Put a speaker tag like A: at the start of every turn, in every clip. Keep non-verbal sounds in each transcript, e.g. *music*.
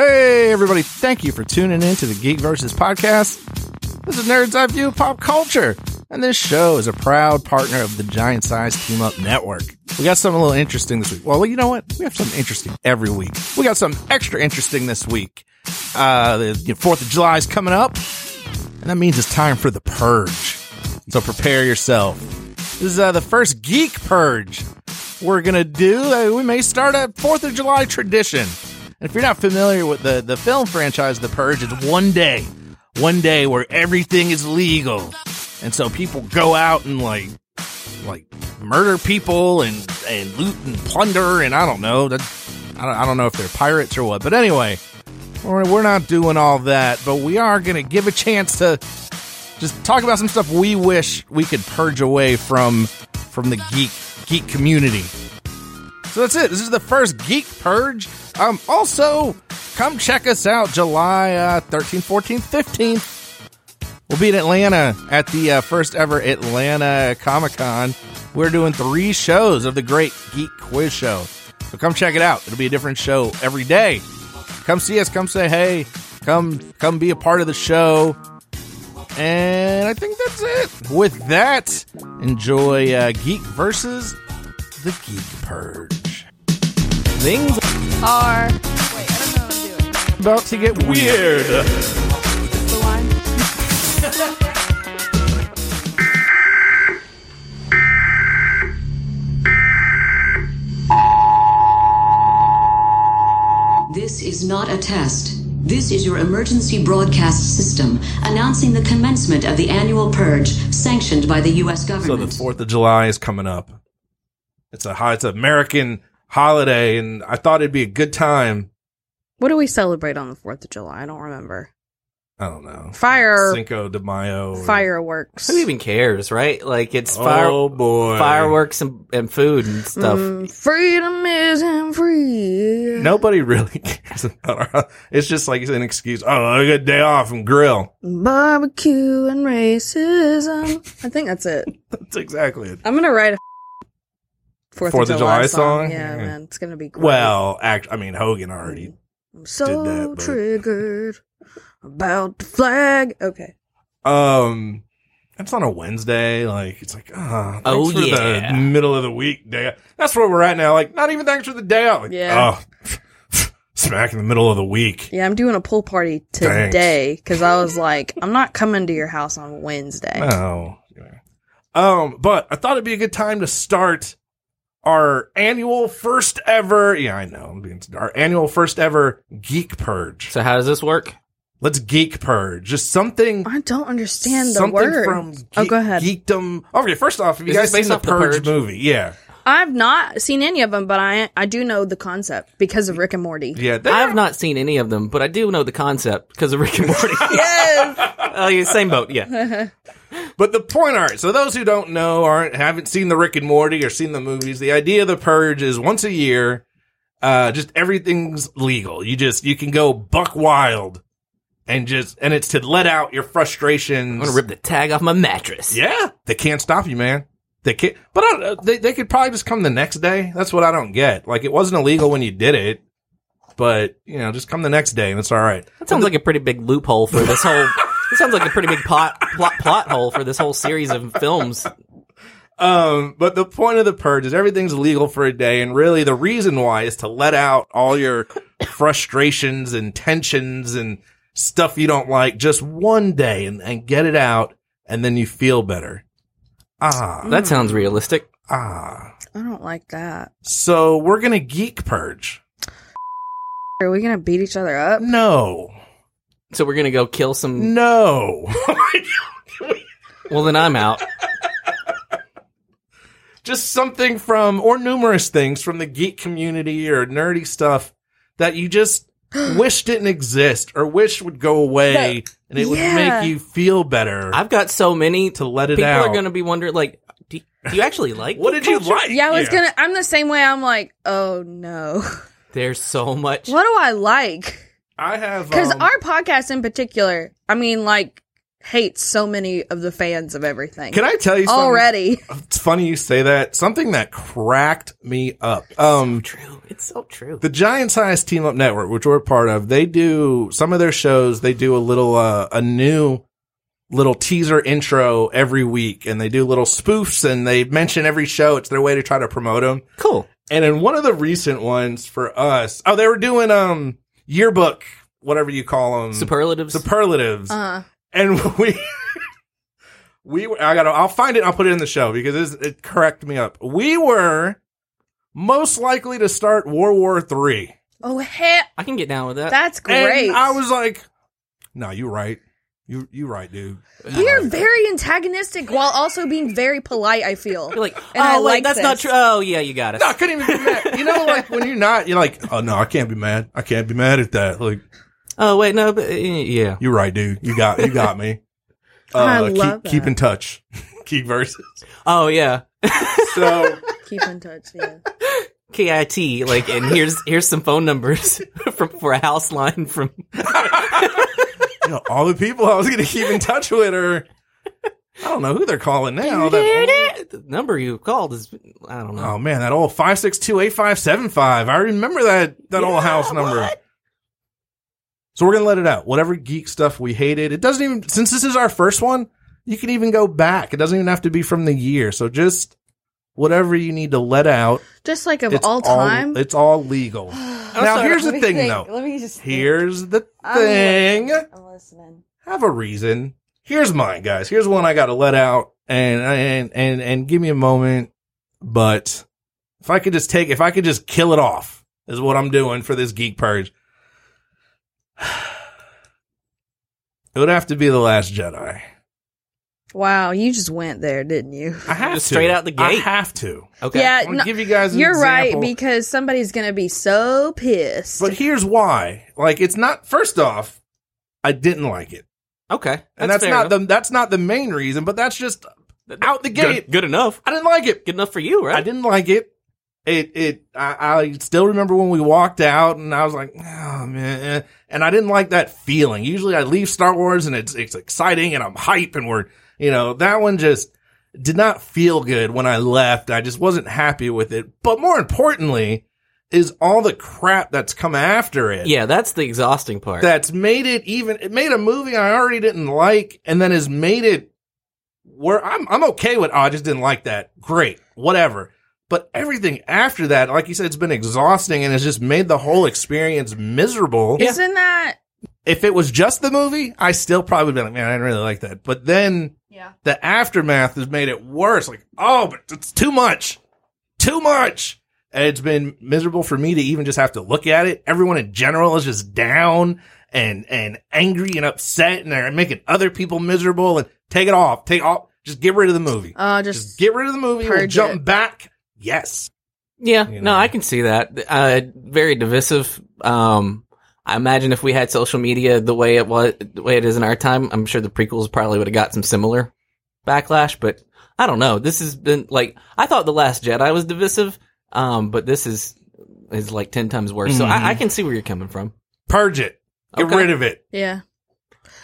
A: Hey, everybody, thank you for tuning in to the Geek Versus podcast. This is Nerd's Eye View of Pop Culture, and this show is a proud partner of the Giant Size Team Up Network. We got something a little interesting this week. Well, you know what? We have something interesting every week. We got something extra interesting this week. Uh, the the 4th of July is coming up, and that means it's time for the purge. So prepare yourself. This is uh, the first geek purge we're gonna do. Uh, we may start a Fourth of July tradition. And if you're not familiar with the the film franchise, The Purge, it's one day, one day where everything is legal, and so people go out and like like murder people and and loot and plunder and I don't know that I don't, I don't know if they're pirates or what. But anyway, we're, we're not doing all that, but we are gonna give a chance to just talk about some stuff we wish we could purge away from from the geek geek community. So that's it. This is the first geek purge. Um, also, come check us out July uh, 13th, 14th, 15th. We'll be in Atlanta at the uh, first ever Atlanta Comic Con. We're doing three shows of the Great Geek Quiz Show. So come check it out. It'll be a different show every day. Come see us. Come say hey. Come come be a part of the show. And I think that's it. With that, enjoy uh, Geek versus the Geek Purge. Things
B: are. Wait, I don't know what I'm doing.
A: about to get weird.
B: That's the line.
C: This is not a test. This is your emergency broadcast system announcing the commencement of the annual purge sanctioned by the U.S.
A: So the
C: government.
A: Fourth of July is coming up. It's a high, it's an American holiday, and I thought it'd be a good time.
D: What do we celebrate on the 4th of July? I don't remember.
A: I don't know.
D: Fire,
A: Cinco de Mayo. or-
D: fireworks.
E: Who even cares, right? Like it's
A: Oh
E: fire,
A: boy.
E: fireworks and, and food and stuff.
D: Mm, freedom isn't free.
A: Nobody really *laughs* cares about our. It's just like an excuse. Oh, I got a day off and grill. *laughs*
D: Barbecue and racism. I think that's it.
A: That's exactly it.
D: I'm gonna write a Fourth,
A: Fourth of July song?
D: Yeah,
A: Yeah.
D: man, it's gonna be great.
A: Well, act. I mean, Hogan already.
D: I'm so
A: did that, but-
D: triggered about the flag. Okay,
A: Um, it's on a Wednesday. Like it's like, ah,
E: Oh,
A: thanks for
E: yeah.
A: the middle of the week day. That's where we're at now. Like, not even thanks for the day out. Like,
D: Yeah.
A: oh, *laughs* smack in the middle of the week.
D: yeah, I'm doing a pool party
A: Thanks.
D: today because I was like, I'm not coming to your house on Wednesday.
A: Oh, yeah. um, but I thought it'd be a good time to start our annual first ever. Yeah, I know. I'm being our annual first ever geek purge.
E: So how does this work?
A: Let's geek purge. Just something.
D: I don't understand the
A: something
D: word.
A: from geek,
D: oh, go ahead.
A: geekdom. Okay, first off, have you
E: Is
A: guys
E: this based
A: seen the
E: off The
A: purge
E: Purge?
A: movie? Yeah,
D: I've not seen any of them, but I I do know the concept because of Rick and Morty.
A: yeah. they
E: I have not seen any of them, but I do know the concept because of Rick
A: *laughs*
E: and Morty.
D: Yes.
E: Oh, yeah, same boat. Yeah.
A: But the point, all right. So those who don't know, aren't haven't seen the Rick and Morty or seen the movies, the idea of the purge is once a year, uh, just everything's legal. You just you can go buck wild, and just and it's to let out your frustrations.
E: I'm gonna rip the tag off my mattress.
A: Yeah, they can't stop you, man. They can't. But I, don't- they they could probably just come the next day. That's what I don't get. Like it wasn't illegal when you did it, but you know, just come the next day and it's all right.
E: That sounds like a pretty big loophole for this whole. *laughs* It sounds like a pretty big plot, plot plot hole for this whole series of films.
A: Um, but the point of the purge is everything's legal for a day, and really the reason why is to let out all your *laughs* frustrations and tensions and stuff you don't like just one day and, and get it out, and then you feel better. Ah,
E: That sounds realistic.
A: ah.
D: I don't like that.
A: So we're gonna geek purge.
D: Are we gonna beat each other up?
A: No,
E: So we're gonna go kill some.
A: no.
E: Well, then I'm out.
A: just something from or numerous things from the geek community or nerdy stuff that you just
D: *gasps*
A: wish didn't exist or wish would go away and it
D: yeah.
A: would make you feel better
E: I've got so many
A: to let it
E: people
A: out.
E: are gonna be wondering like, do, do you actually like?
A: what did you like?
D: Yeah, I was gonna. I'm the same way. I'm like, oh no, *laughs*
E: There's so much.
D: what do I like?
A: I have
D: Because
A: um,
D: our podcast in particular, I mean, like hates so many of the fans of everything.
A: Can I tell you something?
D: already? *laughs*
A: It's funny you say that. Something that cracked me up. Um,
E: True. It's so true.
A: the Giant Size Team Up Network, which we're a part of, they do some of their shows. They do a little, uh, a new little teaser intro every week and they do little spoofs and they mention every show. It's their way to try to promote them.
E: cool.
A: And in one of the recent ones for us, oh, they were doing, um, yearbook, whatever you call them.
E: Superlatives.
A: Superlatives.
D: Uh,
A: and *laughs* we we were, I gotta I'll find it I'll put it in the show because it, it cracked me up. We were most likely to start World War Three.
D: oh heck,
E: I can get down with that.
D: that's great.
A: And I was like, No, you right. You you right, dude.
D: we are very antagonistic while also being very polite. I feel
E: You're like, oh,
D: And I
E: wait,
D: like
E: that's not
D: this.
E: true. Oh, yeah, you got it.
A: No, I couldn't even be mad. You know, like when you're not, you're like, Oh no, I can't be mad. I can't be mad at that. Like,
E: Oh, wait, no, but uh, yeah.
A: you're right, dude. You got you got me. Uh,
D: *laughs* I
A: keep,
D: love that.
A: keep in touch. *laughs* Key verses.
E: Oh, yeah.
A: So
D: keep in touch. Yeah.
E: KIT, like, and here's here's some phone numbers *laughs* from for a house line from.
A: you know, all the people I was going to keep in touch with are, I don't know who they're calling now. That,
E: the number you called is I don't know.
A: oh man, that old 562-8575. I remember that, that old house number. So we're going to let it out. Whatever geek stuff we hated, it doesn't even, since this is our first one, you can even go back. It doesn't even have to be from the year. So just whatever you need to let out.
D: Just like of all time. Oh,
A: it's all
B: *sighs*
A: legal. now
E: sorry,
A: here's the
B: Let me
A: thing
B: think.
A: though.
B: Let me just. think.
A: Here's the
B: I'm
A: thing.
B: I'm listening.
A: have a reason. Here's mine, guys. Here's one I got to let out and, and, and, and give me a moment. But if I could just take, if I could just kill it off is what I'm doing for this geek purge. *sighs* It would have to be the last Jedi.
D: wow, you just went there, didn't you?
A: I have
E: Just
A: to.
E: straight out the
A: I
E: gate.
A: have to.
E: Okay.
D: Yeah,
A: I want
D: Uh, no,
A: to give you guys. An
D: you're
A: example.
D: right because somebody's gonna be so pissed.
A: But here's why. Like, it's not. First off, I didn't like it,
E: Okay.
A: and that's,
E: fair
A: not
E: enough.
A: the that's not the main reason. But that's just out the gate.
E: good, good enough.
A: I didn't like it.
E: Good enough for you, right?
A: I didn't like it. It it I, I still remember when we walked out and I was like, oh man, and I didn't like that feeling. Usually I leave Star Wars and it's it's exciting and I'm hype and we're you know that one just did not feel good when I left. I just wasn't happy with it. But more importantly, is all the crap that's come after it
E: Yeah, that's the exhausting part.
A: that's made it even it made a movie I already didn't like and then has made it where I'm I'm okay with oh, I just didn't like that. Great. Whatever. But everything after that, like you said, it's been exhausting and it's just made the whole experience miserable.
D: Isn't that
A: If it was just the movie, I still probably be like, man, I didn't really like that. But then
B: Yeah.
A: the aftermath has made it worse. Like, oh, but it's too much. Too much. And it's been miserable for me to even just have to look at it. Everyone in general is just down and and angry and upset and they're making other people miserable and take it off. Take off just get rid of the movie.
D: uh
A: just,
D: just
A: get rid of the movie. We'll
D: purge
A: jump
D: it.
A: back. Yes.
E: yeah.
A: you
E: No,
A: know.
E: I can see that. Uh, very divisive. Um, I imagine if we had social media the way it was, the way it is in our time, I'm sure the prequels probably would have got some similar backlash. But I don't know. This has been like I thought the Last Jedi was divisive, um, but this is is like ten times worse. So I, I can see where you're coming from.
A: Purge it. Get
E: Okay.
A: rid of it.
D: yeah.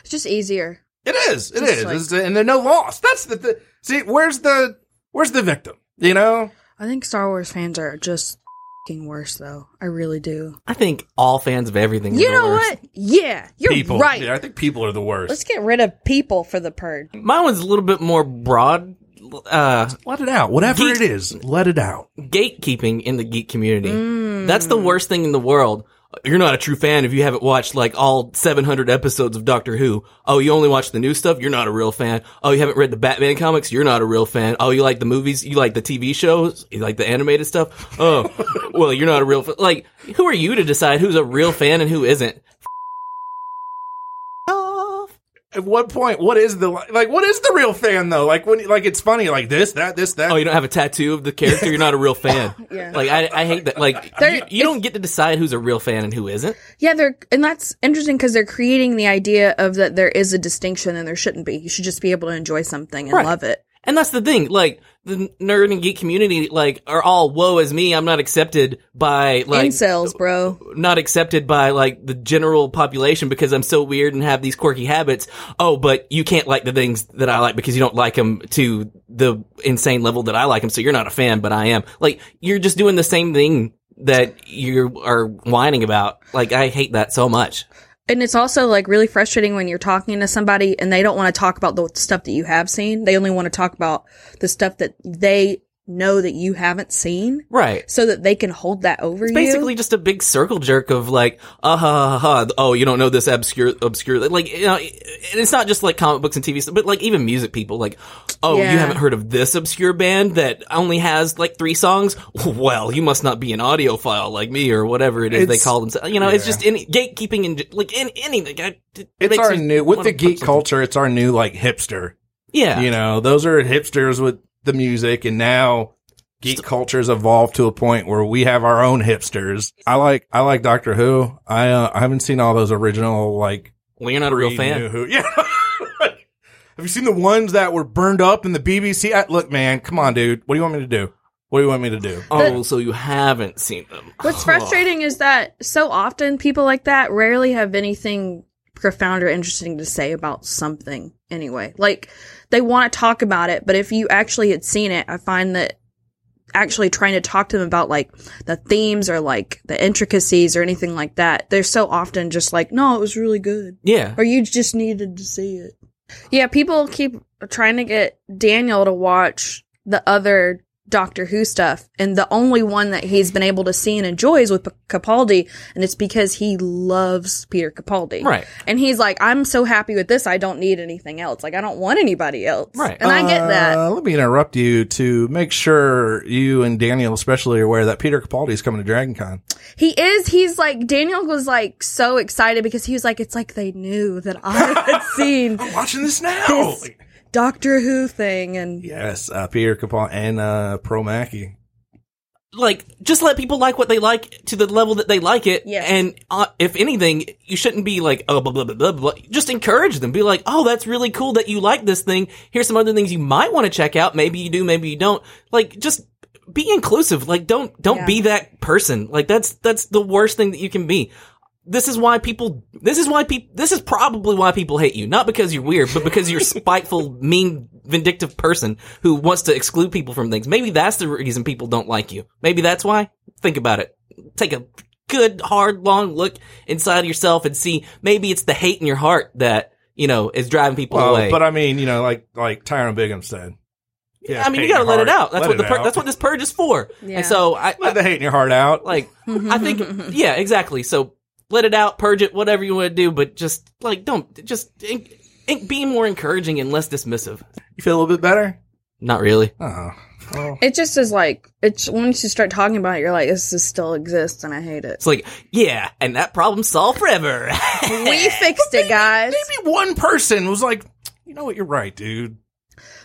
D: It's just easier.
A: It is. It
D: Just
A: is.
D: like-
A: It's- and there's no loss. That's the, the see. Where's the where's the victim? You know.
D: I think Star Wars fans are just fing worse though. I really do.
E: I think all fans of everything. are
D: You
E: the
D: know
E: worst.
D: what? Yeah, you're
A: people.
D: right.
A: Yeah, I think people are the worst.
D: Let's get rid of people for the purge.
E: Mine was a little bit more broad. Uh,
A: let it out. Whatever
E: Geek-
A: it is, let it out.
E: gatekeeping in the geek community.
D: Mm.
E: That's the worst thing in the world. You're not a true fan if you haven't watched like all 700 episodes of Doctor Who. Oh, you only watch the new stuff? You're not a real fan. Oh, you haven't read the Batman comics? You're not a real fan. Oh, you like the movies? You like the TV shows? You like the animated stuff?
D: *laughs*
E: Oh, well, you're not a real fan. Like, who are you to decide who's a real fan and who isn't?
A: At what point? What is the like? What is the real fan though? Like when like it's funny like this that this that.
E: Oh, you don't have a tattoo of the character? You're not a real fan.
D: *laughs* Yeah.
E: Like, I, I hate that. Like,
D: There-
E: you, you don't get to decide who's a real fan and who isn't.
D: Yeah, they're and that's interesting because they're creating the idea of that there is a distinction and there shouldn't be. You should just be able to enjoy something and
E: Right.
D: love it.
E: And that's the thing, like the nerd and geek community like are all woe is me. I'm not accepted by like
D: Incels, bro.
E: not accepted by like the general population because I'm so weird and have these quirky habits. Oh, but you can't like the things that I like because you don't like them to the insane level that I like them. So you're not a fan, but I am. Like you're just doing the same thing that you are whining about. Like I hate that so much.
D: And it's also like really frustrating when you're talking to somebody and they don't want to talk about the stuff that you have seen. They only want to talk about the stuff that they know that you haven't seen
E: Right.
D: so that they can hold that over you.
E: Basically, just a big circle jerk of like, ah ha ha ha. Oh, you don't know this obscure, obscure. Like, you know, and it's not just like comic books and TV, stuff, but like even music people. Like, oh,
D: Yeah.
E: you haven't heard of this obscure band that only has like three songs? Well, you must not be an audiophile like me or whatever it is they
A: It's-
E: call themselves. You know, it's just any gatekeeping and like in anything. I- it
A: It's
E: makes
A: our
E: me
A: new with
E: wanna
A: the geek
E: punch something.
A: culture. It's our new like hipster.
E: Yeah,
A: You know, those are hipsters with the music, and now geek culture's evolved to a point where we have our own hipsters. I like I like Doctor Who. I uh, I haven't seen all those original like
E: well, you're not a real
A: Reed
E: fan.
A: knew Who. *laughs* Yeah. Have you seen the ones that were burned up in the BBC? I, look, man, come on, dude. What do you want me to do? What do you want me to do?
E: Oh, so you haven't seen them.
D: What's frustrating is that so often people like that rarely have anything profound or interesting to say about something anyway. Like they want to talk about it, but if you actually had seen it, I find that actually trying to talk to them about like the themes or like the intricacies or anything like that, they're so often just like, no, it was really good.
E: Yeah.
D: Or you just needed to see it. Yeah, people keep trying to get Daniel to watch the other Doctor Who stuff, and the only one that he's been able to see and enjoy is with P- Capaldi, and it's because he loves Peter Capaldi.
E: Right.
D: And he's like, I'm so happy with this, I don't need anything else. Like, I don't want anybody else.
E: Right.
D: And I get that.
A: Uh, let me interrupt you to make sure you and Daniel especially are aware that Peter Capaldi is coming to Dragon Con.
D: He is, he's like, Daniel was like so excited because he was like, it's like they knew that I
E: *laughs*
D: had seen
A: Watching this now.
D: this Doctor Who thing, and
A: Yes, uh, Peter Capaldi and uh, Pro Mackey.
E: like just let people like what they like to the level that they like it
D: Yes.
E: and uh, if anything you shouldn't be like oh blah blah blah blah blah just encourage them be like oh that's really cool that you like this thing here's some other things you might want to check out maybe you do maybe you don't like just be inclusive like don't don't
D: Yeah.
E: be that person like that's that's the worst thing that you can be this is why people this is why people this is probably why people hate you not because you're weird but because you're a spiteful mean vindictive person who wants to exclude people from things maybe that's the reason people don't like you maybe that's why think about it take a good hard long look inside of yourself and see maybe it's the hate in your heart that you know is driving people away
A: Well, but I mean, you know, like like Tyron Bigham said. Yeah,
E: i mean you
A: hate
E: got to
A: in your
E: let it
A: heart.
E: out that's
A: Let
E: what the
A: it
E: pur-
A: out.
E: that's what this purge is for
D: Yeah.
E: and so i, I
A: *laughs* let the hate in your heart out.
E: like I think yeah, exactly. So let it out, purge it, whatever you want to do, but just like don't just in, in, be more encouraging and less dismissive.
A: you feel a little bit better.
E: Not really.
A: Oh, well,
D: It just is like it's once you start talking about it, you're like, this is still exists, and I hate it.
E: It's like yeah, and that problem solved forever. *laughs*
D: We fixed it, guys.
A: maybe one person was like, you know what, you're right, dude.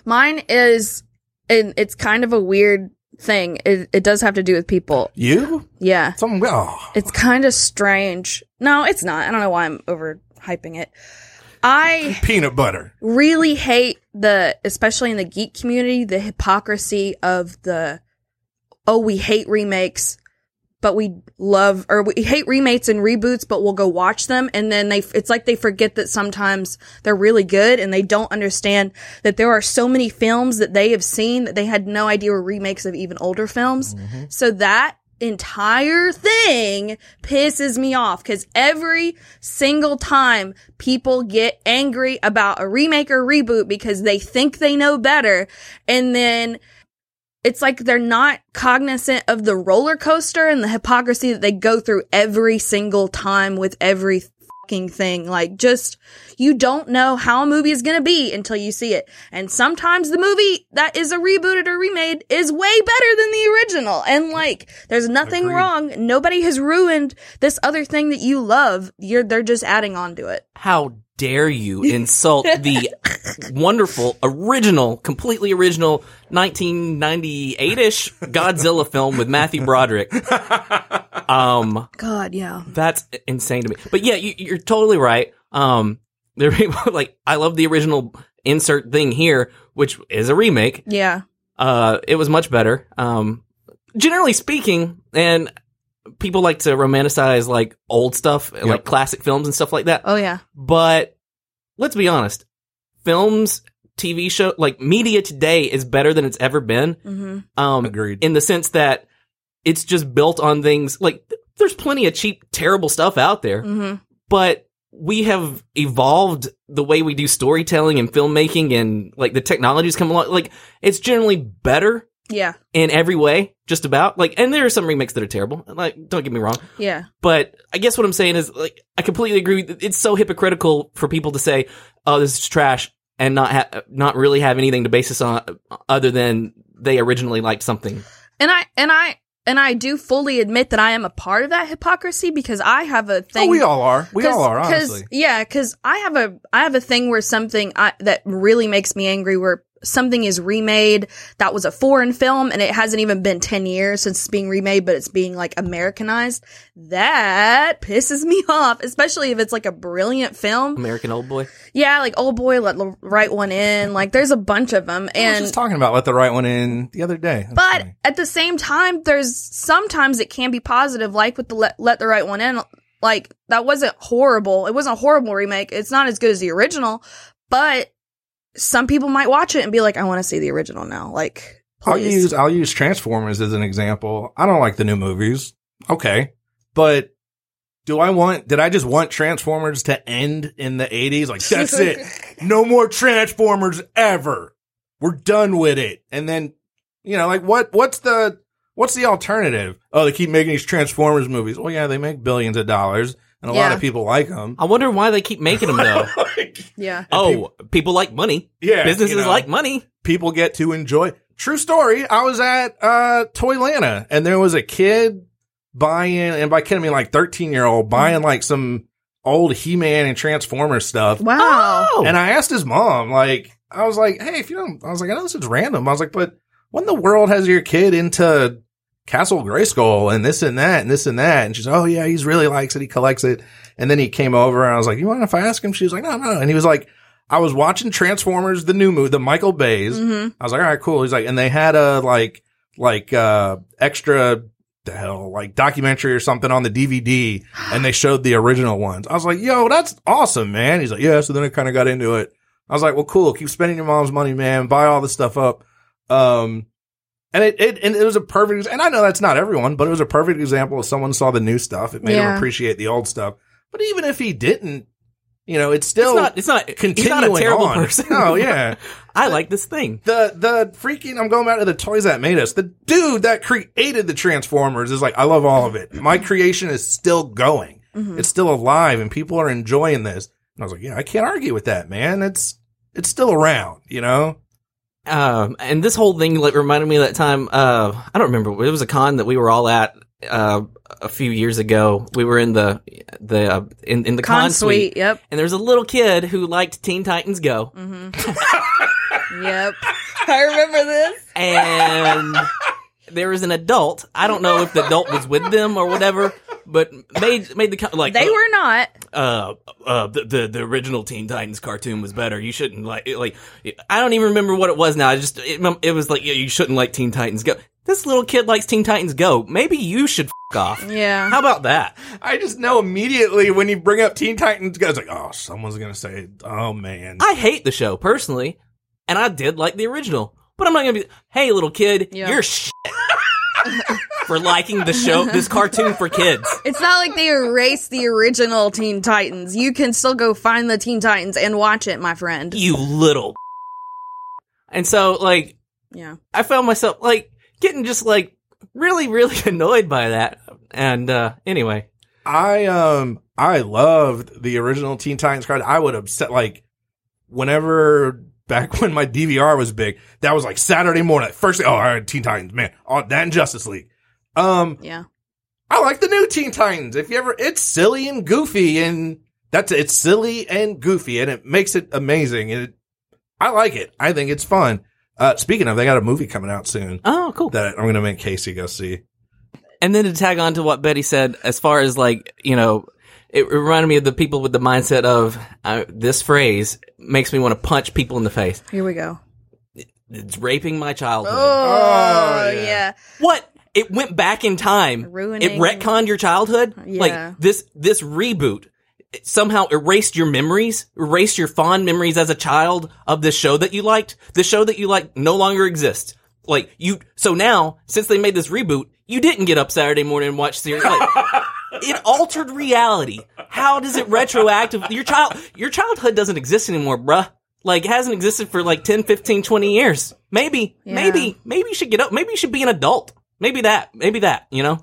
D: Mine is, and it's kind of a weird thing. It, it does have to do with people.
A: You
D: Yeah,
A: something? Oh,
D: it's kind of strange. No, it's not. I don't know why I'm overhyping it. I
A: peanut butter.
D: really hate the especially in the geek community the hypocrisy of the oh we hate remakes but we love or we hate remakes and reboots but we'll go watch them and then they it's like they forget that sometimes they're really good and they don't understand that there are so many films that they have seen that they had no idea were remakes of even older films so that entire thing pisses me off because every single time people get angry about a remake or reboot because they think they know better and then it's like they're not cognizant of the roller coaster and the hypocrisy that they go through every single time with every fucking thing. Like, just you don't know how a movie is gonna be until you see it. And sometimes the movie that is a rebooted or remade is way better than the original. And like, there's nothing wrong. Nobody has ruined this other thing that you love. You're they're just adding on to it.
E: How dare you insult the wonderful original, completely original 1998ish Godzilla film with Matthew Broderick? Um
D: God, yeah.
E: That's insane to me. But yeah, you, you're totally right. Um, there *laughs* are people like I love the original insert thing here, which is a remake.
D: Yeah.
E: Uh, it was much better. Um, generally speaking, and people like to romanticize like old stuff, like classic films and stuff like that.
D: Oh yeah.
E: But let's be honest, films, TV show, like media today is better than it's ever been.
D: hmm
E: Um,
A: Agreed.
E: in the sense that it's just built on things like th- there's plenty of cheap, terrible stuff out there,
D: hmm
E: but we have evolved the way we do storytelling and filmmaking and like the technologies come along. Like it's generally better
D: Yeah.
E: in every way, just about like, and there are some remakes that are terrible. Like, don't get me wrong,
D: Yeah.
E: but I guess what I'm saying is like, I completely agree. with- It's so hypocritical for people to say, "Oh, this is trash," and not ha- not really have anything to base this on other than they originally liked something.
D: And I and I and I do fully admit that I am a part of that hypocrisy because I have a thing.
A: Oh, we all are. We all are, honestly.
D: Cause, yeah, because I have a I have a thing where something I, that really makes me angry where something is remade that was a foreign film and it hasn't even been 10 years since it's being remade but it's being like americanized that pisses me *laughs* off especially if it's like a brilliant film
E: American Old Boy.
D: yeah like old boy let the right one in like there's a bunch of them
A: I was
D: and
A: just talking about let the right one in the other day. That's
D: but
A: funny.
D: at the same time, there's sometimes it can be positive, like with the let, let the right one in. Like that wasn't horrible. It wasn't a horrible remake. It's not as good as the original, but some people might watch it and be like, "I want to see the original now." Like,
A: I'll
D: please.
A: use I'll use Transformers as an example. I don't like the new movies. Okay. But do I want did I just want Transformers to end in the 80s like that's *laughs* it. No more Transformers ever. We're done with it. And then you know like what what's the what's the alternative? Oh, they keep making these Transformers movies. Well, yeah, they make billions of dollars and a lot
D: Yeah.
A: of people like *laughs* them.
E: I wonder why they keep making
A: *laughs*
E: them though.
D: yeah,
E: oh, people like money.
A: Yeah,
E: businesses
A: you know.
E: like money.
A: people get to enjoy. True story. I was at uh Toylana and there was a kid buying, and by kid I mean like thirteen year old buying like some old He Man and Transformers stuff.
D: wow,
A: And I asked his mom, like, I was like, hey, if you don't, I was like, I know this is random. I was like, but when the world has your kid into Castle Grayskull and this and that and this and that? And she's, oh yeah, he's really likes it. He collects it. And then he came over and I was like, you mind if I ask him? She was like, no, no. And he was like, I was watching Transformers, the new movie, the Michael Bay's.
D: Mhm.
A: I was like, all right, cool. He's like, and they had a like, like, uh, extra the hell, like documentary or something on the DVD and they showed the original ones. I was like, yo, that's awesome, man. He's like, yeah. So then I kind of got into it. I was like, well, cool. Keep spending your mom's money, man. Buy all this stuff up. Um, and it, it, and it was a perfect, and I know that's not everyone, but it was a perfect example of someone saw the new stuff. It made
D: Yeah.
A: him appreciate the old stuff. But even if he didn't, you know, it's still
E: it's not. It's not. He's
A: continuing
E: not a terrible
A: on.
E: person.
A: *laughs* Oh yeah.
E: *laughs* I like this thing.
A: The the freaking I'm going back to the toys that made us. The dude that created the Transformers is like, I love all of it. My creation is still going. It's still alive and people are enjoying this. And I was like, Yeah, I can't argue with that, man. It's it's still around, you know?
E: Um, and this whole thing like reminded me of that time. Uh, I don't remember. It was a con that we were all at uh, a few years ago. We were in the the uh, in in the con,
D: con suite. Mm-hmm. Yep,
E: and there was a little kid who liked Teen Titans Go,
D: yep. *laughs* I remember this. *laughs*
E: and there was an adult. I don't know if the adult was with them or whatever, but made made the co- like
D: They
E: uh,
D: were not.
E: uh, uh, the, the the original Teen Titans cartoon was better. You shouldn't like it- like I don't even remember what it was now. I just it, it was like yeah, you shouldn't like Teen Titans Go. This little kid likes Teen Titans Go. Maybe you should f- off.
D: Yeah.
E: How about that?
A: I just know immediately when you bring up Teen Titans Go, it's like, oh, someone's gonna say, oh man.
E: I hate the show personally, and I did like the original, but I'm not gonna be. Hey, little kid,
D: Yeah.
E: you're shit *laughs* for liking the show, this cartoon for kids.
D: It's not like they erased the original Teen Titans. You can still go find the Teen Titans and watch it, my friend.
E: You little. *laughs* And so, like,
D: Yeah.
E: I found myself like getting just like really, really *laughs* annoyed by that. And uh anyway,
A: I um I loved the original Teen Titans card. I would upset like whenever back *laughs* when my DVR was big, that was like Saturday morning. First thing, oh, all right, Teen Titans, man. Oh, that and Justice League. Um,
D: Yeah.
A: I like the new Teen Titans. If you ever, it's silly and goofy, and that's it's silly and goofy, and it makes it amazing. And it, I like it. I think it's fun. Uh, speaking of, they got a movie coming out soon
E: oh cool.
A: that I'm gonna make Casey go see.
E: And then to tag on to what Betty said, as far as like you know, it reminded me of the people with the mindset of uh, this phrase makes me want to punch people in the face.
D: Here we go.
E: It's raping my childhood.
D: Oh, yeah.
E: What? It went back in time.
D: Ruining-
E: It retconned your childhood.
D: Yeah.
E: Like this this reboot it somehow erased your memories, erased your fond memories as a child of this show that you liked. The show that you liked no longer exists. Like you so now, since they made this reboot, you didn't get up Saturday morning and watch series.
D: *laughs*
E: Like, it altered reality. How does it retroactive your child your childhood doesn't exist anymore, bruh. Like it hasn't existed for like 10, 15, 20 years. Maybe, maybe, maybe you should get up. Maybe you should be an adult. Maybe that, maybe that, you know?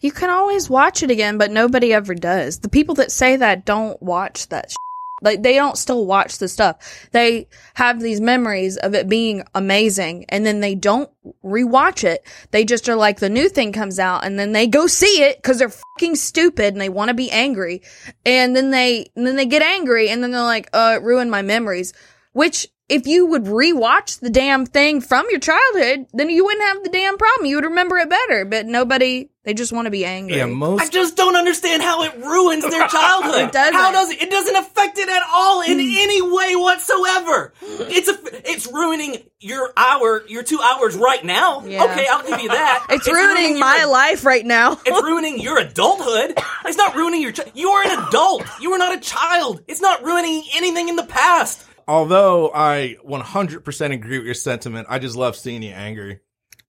D: You can always watch it again, but nobody ever does. The people that say that don't watch that. Sh- like they don't still watch the stuff. They have these memories of it being amazing, and then they don't rewatch it. They just are like the new thing comes out, and then they go see it because they're fucking stupid and they want to be angry, and then they and then they get angry, and then they're like, "Uh, it ruined my memories." Which, if you would rewatch the damn thing from your childhood, then you wouldn't have the damn problem. You would remember it better. But nobody, they just want to be angry.
A: Yeah, most
E: I just don't understand how it ruins their childhood.
D: *laughs* It doesn't. Mm.
E: How does it? It doesn't affect it at all in any way whatsoever. It's a, it's ruining your hour, your two hours right now.
D: Yeah.
E: Okay, I'll give you that.
D: it's, ruining
E: your
D: my life right now.
E: It's ruining your adulthood. It's not ruining your. Chi- you are an adult. You are not a child. It's not ruining anything in the past.
A: although I 100% agree with your sentiment, I just love seeing you angry.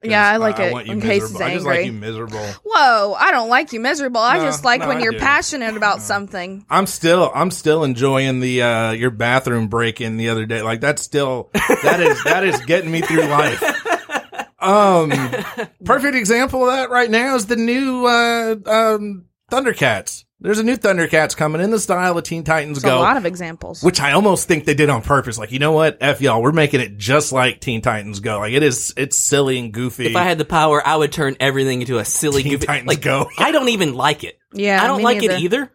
A: 'Cause
D: Yeah, I like it
A: want you
D: when Case
A: miserable.
D: is
A: I just like
D: angry.
A: you miserable.
D: Whoa, I don't like you miserable. I
A: No,
D: just like
A: no,
D: when
A: I
D: you're
A: do.
D: passionate
E: Mm.
D: about something.
A: I'm still I'm still enjoying the uh your bathroom break in the other day. Like that's still that is that is getting me through life. Um perfect example of that right now is the new uh um Thundercats. There's a new Thundercats coming in the style of Teen Titans
D: There's a
A: Go.
D: lot of examples.
A: which I almost think they did on purpose. Like, you know what? F y'all, we're making it just like Teen Titans Go. Like it is it's silly and goofy.
E: If I had the power, I would turn everything into a silly
A: Teen
E: goofy.
A: Titans
E: like,
A: Go.
E: I don't even like it.
D: Yeah,
E: I don't
D: me
E: like
D: neither.
E: it either.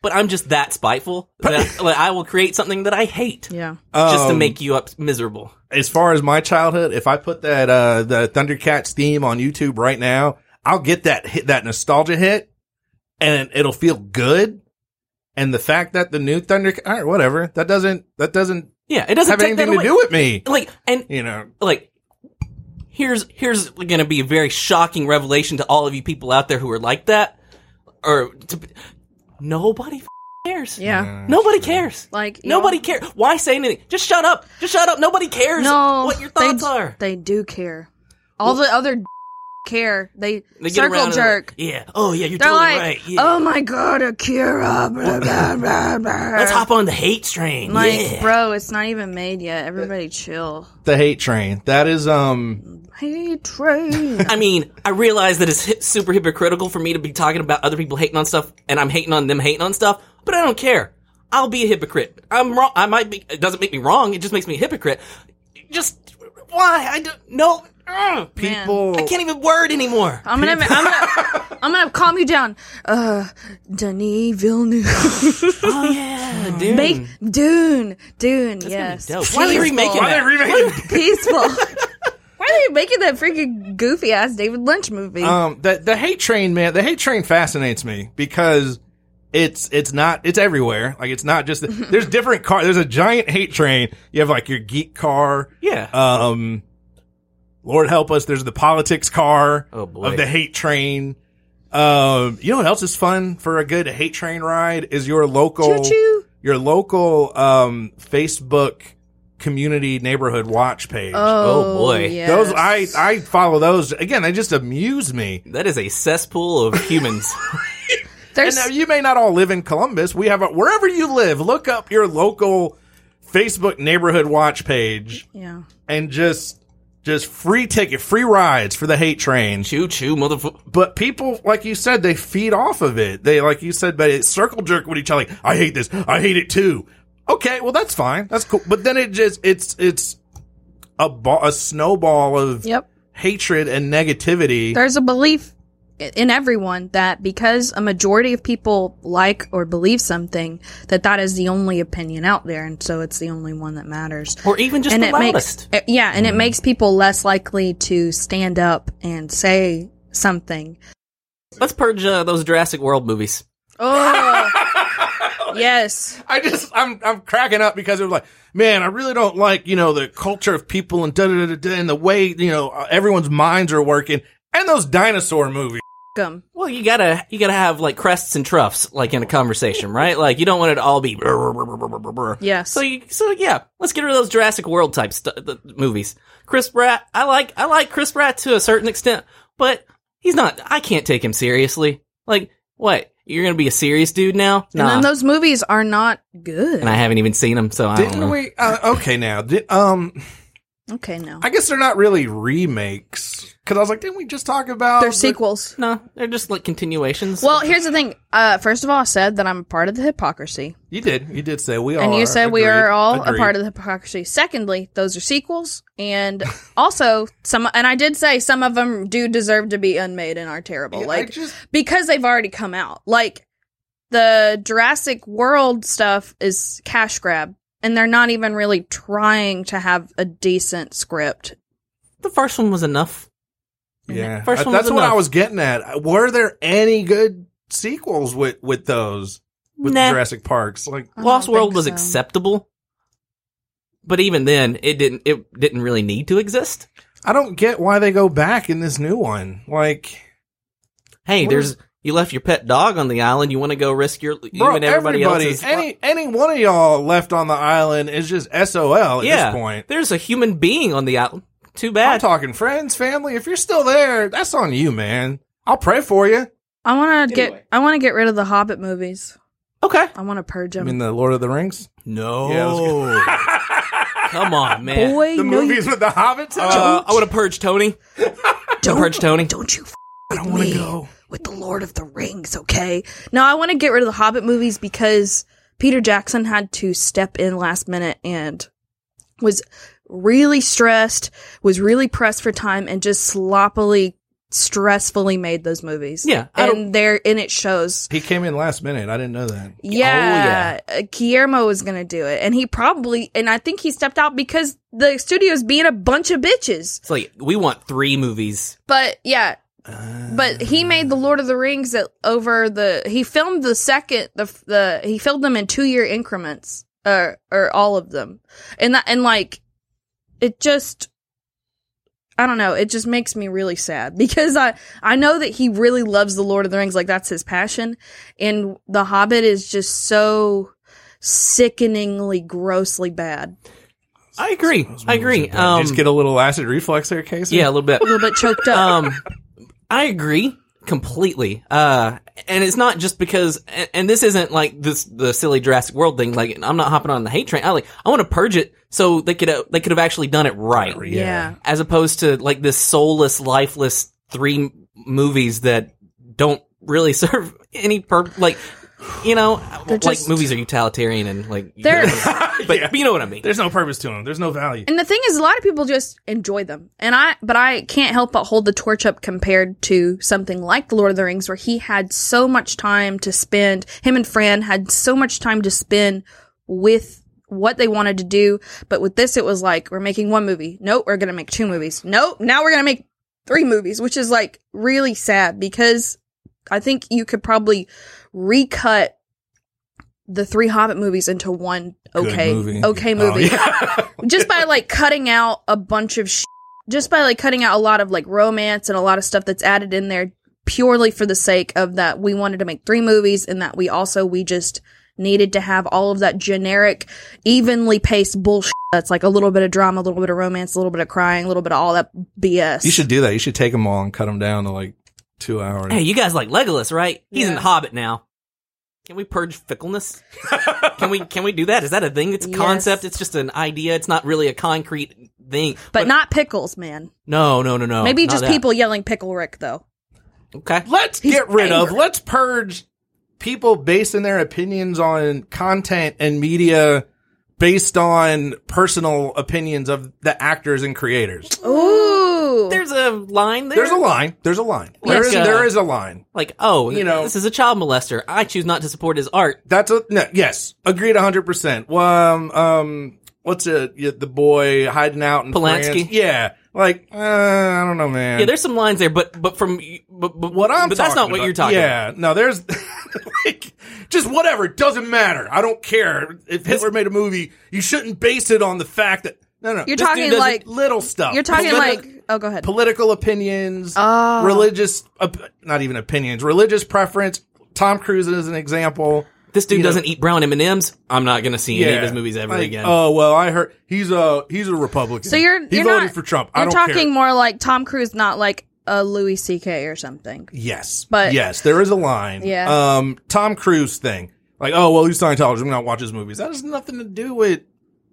E: But I'm just that spiteful that
A: *laughs*
E: like, I will create something that I hate
D: Yeah.
E: just to
A: Um,
E: make you up miserable.
A: as far as my childhood, if I put that uh the Thundercats theme on YouTube right now, I'll get that hit that nostalgia hit and it'll feel good. And the fact that the new Thunder all right, whatever. That doesn't that doesn't
E: Yeah, it doesn't
A: have
E: take
A: anything
E: that
A: to
E: away.
A: do with me.
E: Like and
A: You know.
E: like here's here's going to be a very shocking revelation to all of you people out there who are like that or to, nobody f- cares.
D: Yeah.
E: Nobody cares.
D: Like, y'all-
E: nobody cares. Why say anything? Just shut up. Just shut up. Nobody cares
D: No.
E: what your
D: they-
E: thoughts are.
D: They do care. All the other *laughs* care. They,
E: They get around
D: circle
E: and-
D: jerk.
E: yeah. Oh yeah, you're
D: They're
E: totally
D: like,
E: right. Yeah.
D: oh my god, Akira. Blah, blah, blah, blah.
E: Let's hop on the hate train.
D: Like,
E: yeah.
D: bro, it's not even made yet. Everybody chill.
A: The hate train. That is um
D: Hey,
E: *laughs*
D: train.
E: I mean, I realize that it's hi- super hypocritical for me to be talking about other people hating on stuff, and I'm hating on them hating on stuff, but I don't care. I'll be a hypocrite. I'm wrong. I might be. It doesn't make me wrong. It just makes me a hypocrite. Just why? I don't know. Ugh.
A: people
E: I can't even word anymore.
D: I'm gonna, I'm gonna, I'm gonna calm you down. Uh, Denis
E: *laughs*
D: Villeneuve,
E: Oh yeah, dude.
D: make Dune, Dune, yes.
E: dope. Why are they
D: Peaceful.
E: remaking
A: why
E: that?
A: they remade
D: Peaceful.
E: *laughs*
D: Why are they making that freaking goofy ass David Lynch movie?
A: um the the hate train man the hate train fascinates me because it's it's not it's everywhere like it's not
E: *laughs*
A: just there's different car there's a giant hate train you have like your geek car
E: Yeah.
A: um lord help us there's the politics car
E: Oh, boy.
A: of the hate train um you know what else is fun for a good hate train ride is your local
D: Choo-choo.
A: your local um facebook community neighborhood watch page
E: oh, boy.
D: yes.
A: those i i follow those again they just amuse me
E: that is a cesspool of humans.
D: There's,
A: and now you may not all live in Columbus. We have a wherever you live, look up your local Facebook neighborhood watch page
D: yeah.
A: and just just free ticket, free rides for the hate train.
E: choo choo, motherfucker.
A: But people, like you said, they feed off of it. They, like you said, but it circle jerk with each other. Like, I hate this. I hate it too. Okay, well that's fine. That's cool. But then it just it's it's a ball, a snowball of
D: Yep.
A: hatred and negativity.
D: There's a belief i- in everyone that because a majority of people like or believe something, that that is the only opinion out there, and so it's the only one that matters.
E: Or even just
D: and
E: the
D: it
E: loudest.
D: makes uh, yeah, and
A: Hmm.
D: it makes people less likely to stand up and say something.
E: Let's purge uh, those Jurassic World movies.
D: Oh, Yes.
A: I just I'm I'm cracking up because it was like, man, I really don't like you know the culture of people and da da da da and the way you know uh, everyone's minds are working and those dinosaur movies.
D: Gum.
E: Well, you gotta you gotta have like crests and troughs like in a conversation, right? Like you don't want it to all be. *laughs* brr, brr, brr, brr, brr, brr, brr.
D: Yes.
E: So you, so yeah, let's get rid of those Jurassic World type stu- the, the movies. Chris Pratt, I like I like Chris Pratt to a certain extent, but he's not. I can't take him seriously. Like what? You're gonna be a serious dude now?
D: And
E: Nah.
D: then those movies are not good.
E: and I haven't even seen him, so I don't know.
A: Didn't we? Uh, okay, now did, um,
D: okay, no.
A: I guess they're not really remakes because I was like, didn't we just talk about
D: They're
A: the-
D: sequels.
E: No, they're just like continuations.
D: Well, here's the thing. Uh, first of all, I said that I'm a part of the hypocrisy.
A: You did, you did say we are,
D: and you said we are all a part
A: of.
D: of the hypocrisy. Secondly, those are sequels, and also some. And I did say some of them do deserve to be unmade and are terrible,
A: Yeah, I
D: like
A: just-
D: because they've already come out. Like the Jurassic World stuff is cash grab, and they're not even really trying to have a decent script.
E: the first one was enough.
D: Mhm.
A: Yeah,
E: First
A: Uh,
E: one was
A: that's what I
E: enough.
A: was getting at. Were there any good sequels with with those with
E: Nah.
A: Jurassic Parks? Like,
D: I don't
E: Lost World
D: think
E: was
D: so.
E: acceptable, but even then, it didn't. It didn't really need to exist.
A: I don't get why they go back in this new one. Like,
E: Hey,
A: What
E: there's you left your pet dog on the island. You want to go risk your you
A: bro,
E: and everybody, else's
A: any any one of y'all left on the island is just SOL at
E: yeah,
A: this point.
E: there's a human being on the island. Too
A: I'm
E: bad.
A: talking friends, family. If you're still there, that's on you, man. I'll pray for you.
D: I want to
E: Anyway.
D: get. I want to get rid of the Hobbit movies.
E: okay.
D: I want to purge
A: I
D: them.
A: mean, the Lord of the Rings,
E: No.
A: Yeah,
E: Come on, man.
A: *laughs*
D: Boy,
A: the
D: no, you
A: movies with the Hobbits.
E: Uh, I want to purge Tony.
D: don't.
E: Purge Tony.
D: Don't you
A: I don't want to
D: me.
A: go.
D: with the Lord of the Rings, okay? No, I want to get rid of the Hobbit movies because Peter Jackson had to step in last minute and was really stressed, was really pressed for time, and just sloppily, stressfully made those movies.
E: Yeah, I don't-
D: and there, and it shows.
A: He came in last minute. I didn't know
E: Oh,
A: that.
D: Yeah, uh, Guillermo was gonna do it, and he probably, and I think he stepped out because the studio's being a bunch of bitches.
E: It's like we want three movies.
D: But yeah, but he made the Lord of the Rings at, over the. He filmed the second the f- the he filmed them in two year increments, or or all of them, and that and like, it just. I don't know. It just makes me really sad *laughs* because I I know that he really loves the Lord of the Rings, like that's his passion, and The Hobbit is just so sickeningly grossly bad.
E: I agree. I agree. Um,
A: just get a little acid reflux there, Casey. *laughs*
E: yeah, a little bit.
D: A little bit choked
E: *laughs*
D: up.
E: um i agree completely uh and it's not just because and, and this isn't like this the silly Jurassic World thing like i'm not hopping on the hate train i like i want to purge it so they could uh, they could have actually done it right
D: yeah.
E: as opposed to like this soulless lifeless three m- movies that don't really *laughs* serve any pur like you know like
D: just-
E: movies are utilitarian and like
D: They're- *laughs*
E: but you know what i mean
A: There's no purpose to them. There's no value.
D: And the thing is, a lot of people just enjoy them, and I, but I can't help but hold the torch up compared to something like The Lord of the Rings, where he had so much time to spend. Him and Fran had so much time to spend with what they wanted to do, but with this, it was like we're making one movie. Nope, we're gonna make two movies. Nope, now we're gonna make three movies, which is like really sad because I think you could probably recut the three Hobbit movies into one okay
A: movie. Oh,
D: okay movie *laughs* just by like cutting out a bunch of sh- just by like cutting out a lot of like romance and a lot of stuff that's added in there purely for the sake of that we wanted to make three movies and that we also we just needed to have all of that generic evenly paced bullshit that's like a little bit of drama a little bit of romance a little bit of crying a little bit of all that bs
A: You should do that. You should take them all and cut them down to like two hours.
E: hey you guys like legolas right he's in
D: Yeah.
E: the hobbit now can we purge fickleness
A: *laughs*
E: Can we can we do that? Is that a thing? It's a
D: Yes.
E: concept. It's just an idea. It's not really a concrete thing.
D: but not pickles man
E: no, no, no, no.
D: maybe
E: not
D: just
E: that.
D: people yelling pickle rick though
E: Okay.
A: let's get rid of.
D: angry.
A: Let's purge people basing their opinions on content and media based on personal opinions of the actors and creators.
D: ooh
E: There's a line there.
A: There's a line. There's a line. There
E: Like,
A: is
E: uh,
A: there is a line.
E: Like, oh,
A: You
E: you
A: know-
E: know, this is a child molester. I choose not to support his art.
A: That's a no, yes. Agreed 100%. Well, um, um what's it? yeah, the boy hiding out in
E: Polanski?
A: France? Yeah. Like uh, I don't know, man.
E: Yeah, there's some lines there, but but from but, but
A: what I'm
E: but that's
A: talking
E: not what
A: about-
E: you're talking. about.
A: Yeah, no, there's *laughs* like Just whatever. It doesn't matter. I don't care. If Hitler made a movie, you shouldn't base it on the fact that. No, no.
D: You're
A: this dude
D: talking
A: doesn't-
D: like-
A: little stuff.
D: You're talking
A: Politi-
D: like, oh, go ahead.
A: political opinions, religious, op- not even opinions, religious preference. Tom Cruise is an example.
E: This dude
A: You know-
E: doesn't eat brown M and M's. I'm not gonna see any of his movies ever
A: Like,
E: again.
A: Oh well, I heard he's a he's a Republican.
D: So you're
A: he
D: you're
A: voted
D: not,
A: for Trump.
D: You're
A: I don't
D: talking
A: care.
D: more like Tom Cruise, not like a Louis C.K. or something.
A: Yes.
D: But-
A: yes, there is a line.
D: Yeah.
A: Um, Tom Cruise thing. Like, oh well, he's Scientologist. I'm not watch his movies. That has nothing to do with.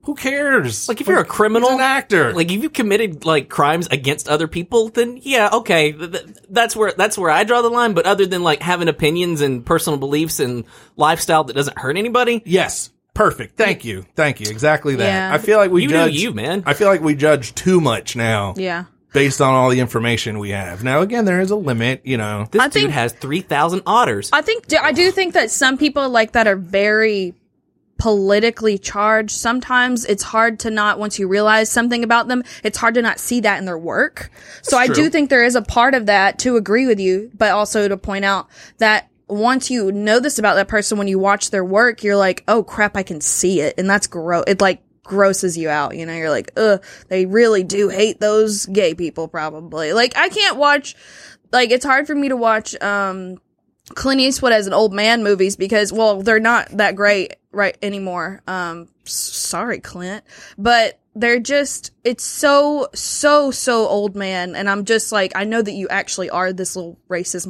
A: Who cares?
E: like if you're a criminal,
A: he's an actor.
E: Like if you committed like crimes against other people, then yeah, okay, th- th- that's where that's where I draw the line. But other than like having opinions and personal beliefs and lifestyle that doesn't hurt anybody,
A: yes, perfect. Thank you, thank you. Exactly that.
D: Yeah.
A: I feel like we
E: You do
A: judge
E: you, man.
A: I feel like we judge too much now.
D: Yeah.
A: based on all the information we have. Now, again, there is a limit, you know.
E: this
D: I
E: dude
D: think-
E: has three thousand otters.
D: I think do, I do think that some people like that are very politically charged. Sometimes it's hard to not once you realize something about them, it's hard to not see that in their work. so I do think there is a part of that to agree with you, but also to point out that once you know this about that person when you watch their work, you're like, "Oh crap, I can see it." And that's gross. It like grosses you out, you know? You're like, "Ugh, they really do hate those gay people probably." Like I can't watch like it's hard for me to watch um Clint Eastwood as an old man movies because well they're not that great right anymore. Um, s- sorry, Clint, but they're just it's so so so old man, and I'm just like I know that you actually are this little racist.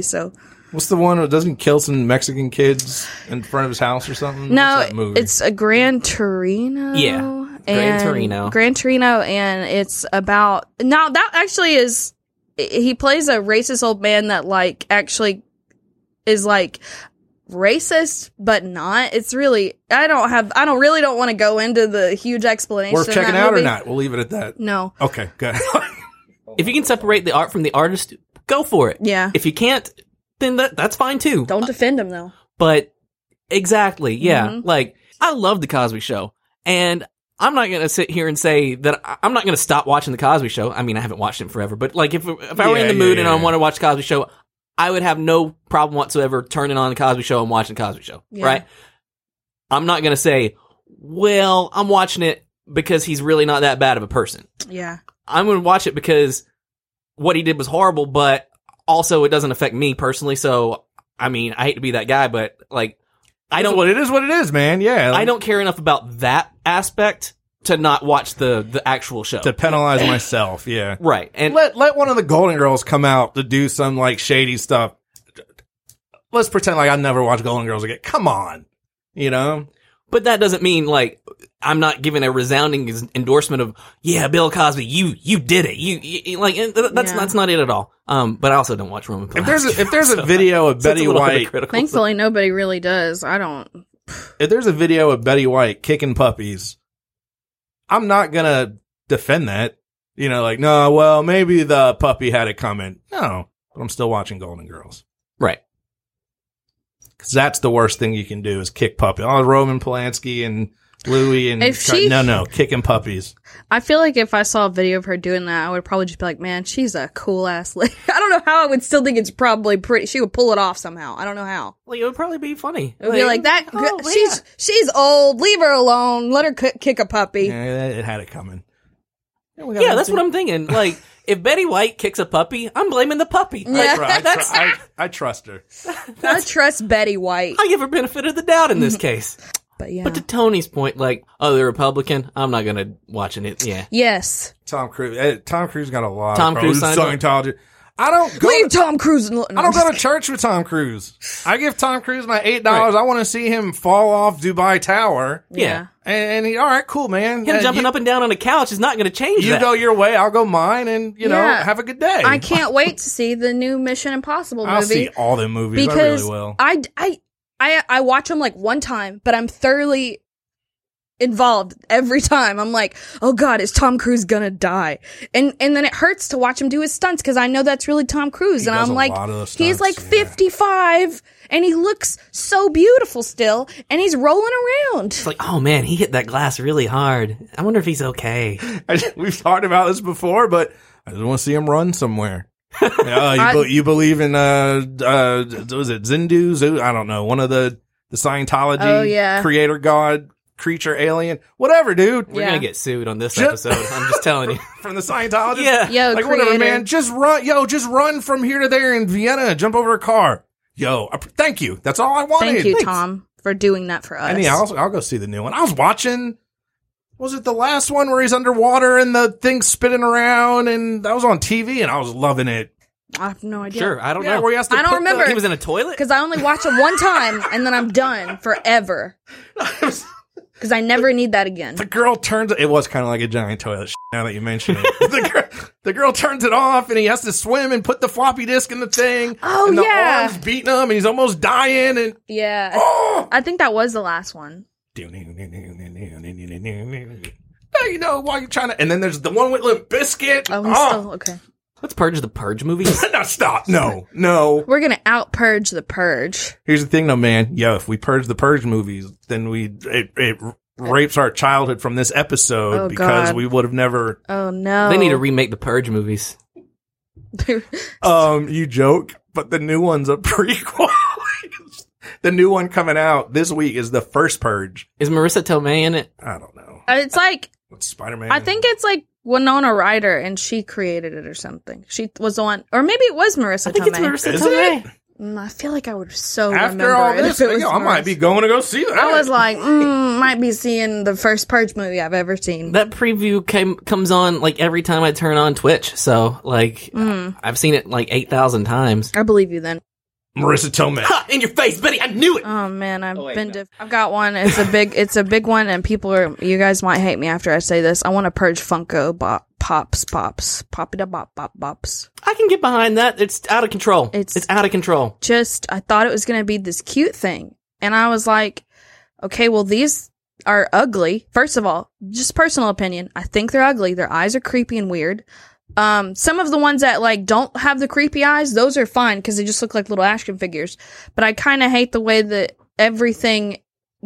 D: So
A: What's the one that doesn't kill some Mexican kids in front of his house or something?
D: no,
A: What's that movie?
D: it's a Gran Torino.
E: Yeah, Gran
D: and-
E: Torino.
D: Gran Torino, and it's about now that actually is he plays a racist old man that like actually is like racist but not it's really i don't have i don't really don't want to go into the huge explanation
A: worth
D: of
A: checking
D: that
A: out or
D: movie.
A: not. We'll leave it at that.
D: no
A: Okay, good.
E: If *laughs* you can separate the art from the artist, go for it.
D: yeah
E: If you can't, then that, that's fine too.
D: don't defend him though
E: But exactly, yeah. Like I love the Cosby Show, and I'm not gonna sit here and say that I- I'm not gonna stop watching the Cosby Show. I mean, I haven't watched it in forever, but like if if I were
A: Yeah,
E: in the
A: yeah,
E: mood and
A: yeah,
E: I
A: yeah.
E: want to watch the Cosby Show, I would have no problem whatsoever turning on the Cosby Show and watching the Cosby Show.
D: Yeah.
E: Right? I'm not gonna say, well, I'm watching it because he's really not that bad of a person.
D: yeah
E: I'm going to watch it because what he did was horrible, but also it doesn't affect me personally. So, I mean, I hate to be that guy, but like, I don't,
A: Well, *laughs* it is what it is, man. Yeah.
E: I don't care enough about that aspect to not watch the the actual show.
A: *laughs* to penalize myself. Yeah.
E: right, and
A: Let let one of the Golden Girls come out to do some like shady stuff. Let's pretend like I never watched Golden Girls again. Come on. You know?
E: but that doesn't mean like I'm not giving a resounding is- endorsement of yeah, Bill Cosby, you you did it, you, you you-" like and th- that's
D: Yeah.
E: that's not it at all. Um, but I also don't watch Roman
A: If
E: Polanski.
A: there's a, if there's a *laughs*
E: *laughs* So-
A: video of
E: so it's a
A: Betty
E: little
A: White
E: hypocritical.
D: thankfully nobody really does i don't
A: if there's a video of Betty White kicking puppies, I'm not gonna defend that. You know, like, no, well, maybe the puppy had it coming. No, but I'm still watching Golden Girls
E: right.
A: because that's the worst thing you can do is kick puppy. Oh, Roman Polanski and Louis and
D: If
A: Char-
D: she-
A: no, no, kicking puppies.
D: i feel like if i saw a video of her doing that i would probably just be like man she's a cool ass lady *laughs* i don't know how i would still think it's probably pretty she would pull it off somehow i don't know how
E: Like it would probably be funny.
D: It would be like that. gr-
E: oh,
D: she's she's old. Leave her alone. Let her c- kick a
A: *laughs*
D: puppy.
A: Yeah, it had it coming.
E: Yeah, that's what
A: *laughs*
E: I'm thinking. Like, if Betty White kicks a puppy, I'm blaming the puppy.
A: I,
E: Like,
A: tr- I, tr-
E: that's-
A: I, I trust her.
D: I trust Betty White.
E: I give her benefit of the doubt
A: *laughs*
E: in this case.
D: But yeah.
E: But to Tony's point, like, oh, they're Republican. I'm not gonna watching it. Yeah,
D: yes.
A: Tom Cruise. eh, Tom Cruise got a lot. of
E: Tom Cruise
A: problems.
E: signed
A: Scientology. I don't go.
D: Leave Tom Cruise. alone.
A: I don't go to church with Tom Cruise. I give Tom Cruise my eight dollars. I want to see him fall off Dubai Tower.
E: yeah.
A: And, and he, all right, cool, man.
E: Him
A: Uh,
E: jumping
A: you,
E: up and down on a couch is not gonna change
A: You
E: that.
A: go your way. I'll go mine. And you know,
D: Yeah.
A: have a good day.
D: I can't wait to see the new Mission Impossible movie
A: I'll see all the movies.
D: because
A: I really will.
D: I I I I watch them like one time, but I'm thoroughly involved every time. I'm like, oh god, is Tom Cruise gonna die? And and then it hurts to watch him do his stunts because I know that's really Tom Cruise, and
A: does
D: I'm
A: a
D: like,
A: lot of those
D: he's
A: stunts,
D: like
A: yeah.
D: 55, and he looks so beautiful still, and he's rolling around.
E: it's like, oh man, he hit that glass really hard. I wonder if he's okay.
A: *laughs*
D: *laughs*
A: I, we've talked about this before, but I just want to see him run somewhere. oh, you,
D: I-
A: be- you believe in uh, uh, was it Zindu? Zoo? I don't know. One of the the Scientology
D: Oh, yeah.
A: creator god creature alien, whatever, dude.
E: We're
D: Yeah.
E: gonna get sued on this
A: Ju-
E: episode. I'm just telling you.
A: From the Scientology,
E: Yeah.
D: Yo,
A: like
D: Oh, creator.
A: whatever, man. Just run, yo. Just run from here to there in Vienna. Jump over a car, yo. I pr- thank you. That's all I wanted.
D: Thank you,
A: Thanks.
D: Tom, for doing that for us.
A: And yeah, I'll, I'll go see the new one. I was watching. Was it the last one where he's underwater and the thing's spinning around? And that was on TV, and I was loving it.
D: I have no idea.
E: Sure. I
A: *laughs*
E: don't
A: Yeah,
E: know.
A: where he has to
D: I don't
A: put the-
D: remember.
E: he was in a toilet.
D: Because I only watch it one time and then I'm done forever. Because I never need that again.
A: the girl turns it was kind of like a giant toilet sh- now that you mention it *laughs* the, girl, the girl turns it off and he has to swim and put the floppy disk in the thing
D: Oh,
A: and the
D: yeah.
A: arms beating him and he's almost dying and
D: Yeah. I-
A: oh
D: I think that was the last one.
A: Now you know why you're trying to and then there's the one with limp biscuit
D: Oh, we
A: oh,
D: still okay.
E: Let's purge the purge movies.
A: no stop no no
D: We're gonna out purge the purge.
A: here's the thing though man yo if we purge the purge movies then we it, it rapes our childhood from this episode
D: Oh,
A: because
D: God.
A: we would have never
D: Oh no.
E: They need to remake the purge movies.
D: *laughs*
A: Um, you joke, but the new one's a *laughs* prequel. the new one coming out this week is the first Purge.
E: Is Marissa Tomei in it?
A: I don't know.
D: Uh, it's like
A: It's Spider Man.
D: I think it's like Winona Ryder and she created it or something. She was on, or maybe it was Marissa
E: I think it's
D: Tomei.
E: Marissa
A: Is
E: Tomei.
D: Mm, I feel like I would so
A: after
D: remember
A: all
D: it
A: this,
D: if *laughs* it was
A: yo, I might
D: Marissa.
A: be going to go see that.
D: I was like, mm, might be seeing the first Purge movie I've ever seen.
E: That preview came comes on like every time I turn on Twitch. So like
D: Mm.
E: I've seen it like eight thousand times.
D: I believe you then.
A: Marissa
D: *laughs*
A: Tomei.
E: Ha! In your face, Betty! I knew it.
D: Oh man, I've
E: wait,
D: been.
E: no.
D: Diff- I've got one. It's a big. It's a big one, and people are. You guys might hate me after I say this. I want to purge Funko bop, pops, pops, poppy da bop, bop, bops.
E: I can get behind that. It's out of control.
D: It's-
E: It's, out of control.
D: Just, I thought it was gonna be this cute thing, and I was like, okay, well these are ugly. First of all, just personal opinion. I think they're ugly. Their eyes are creepy and weird. Um, some of the ones that like don't have the creepy eyes, those are fine because they just look like little action figures. But I kind of hate the way that everything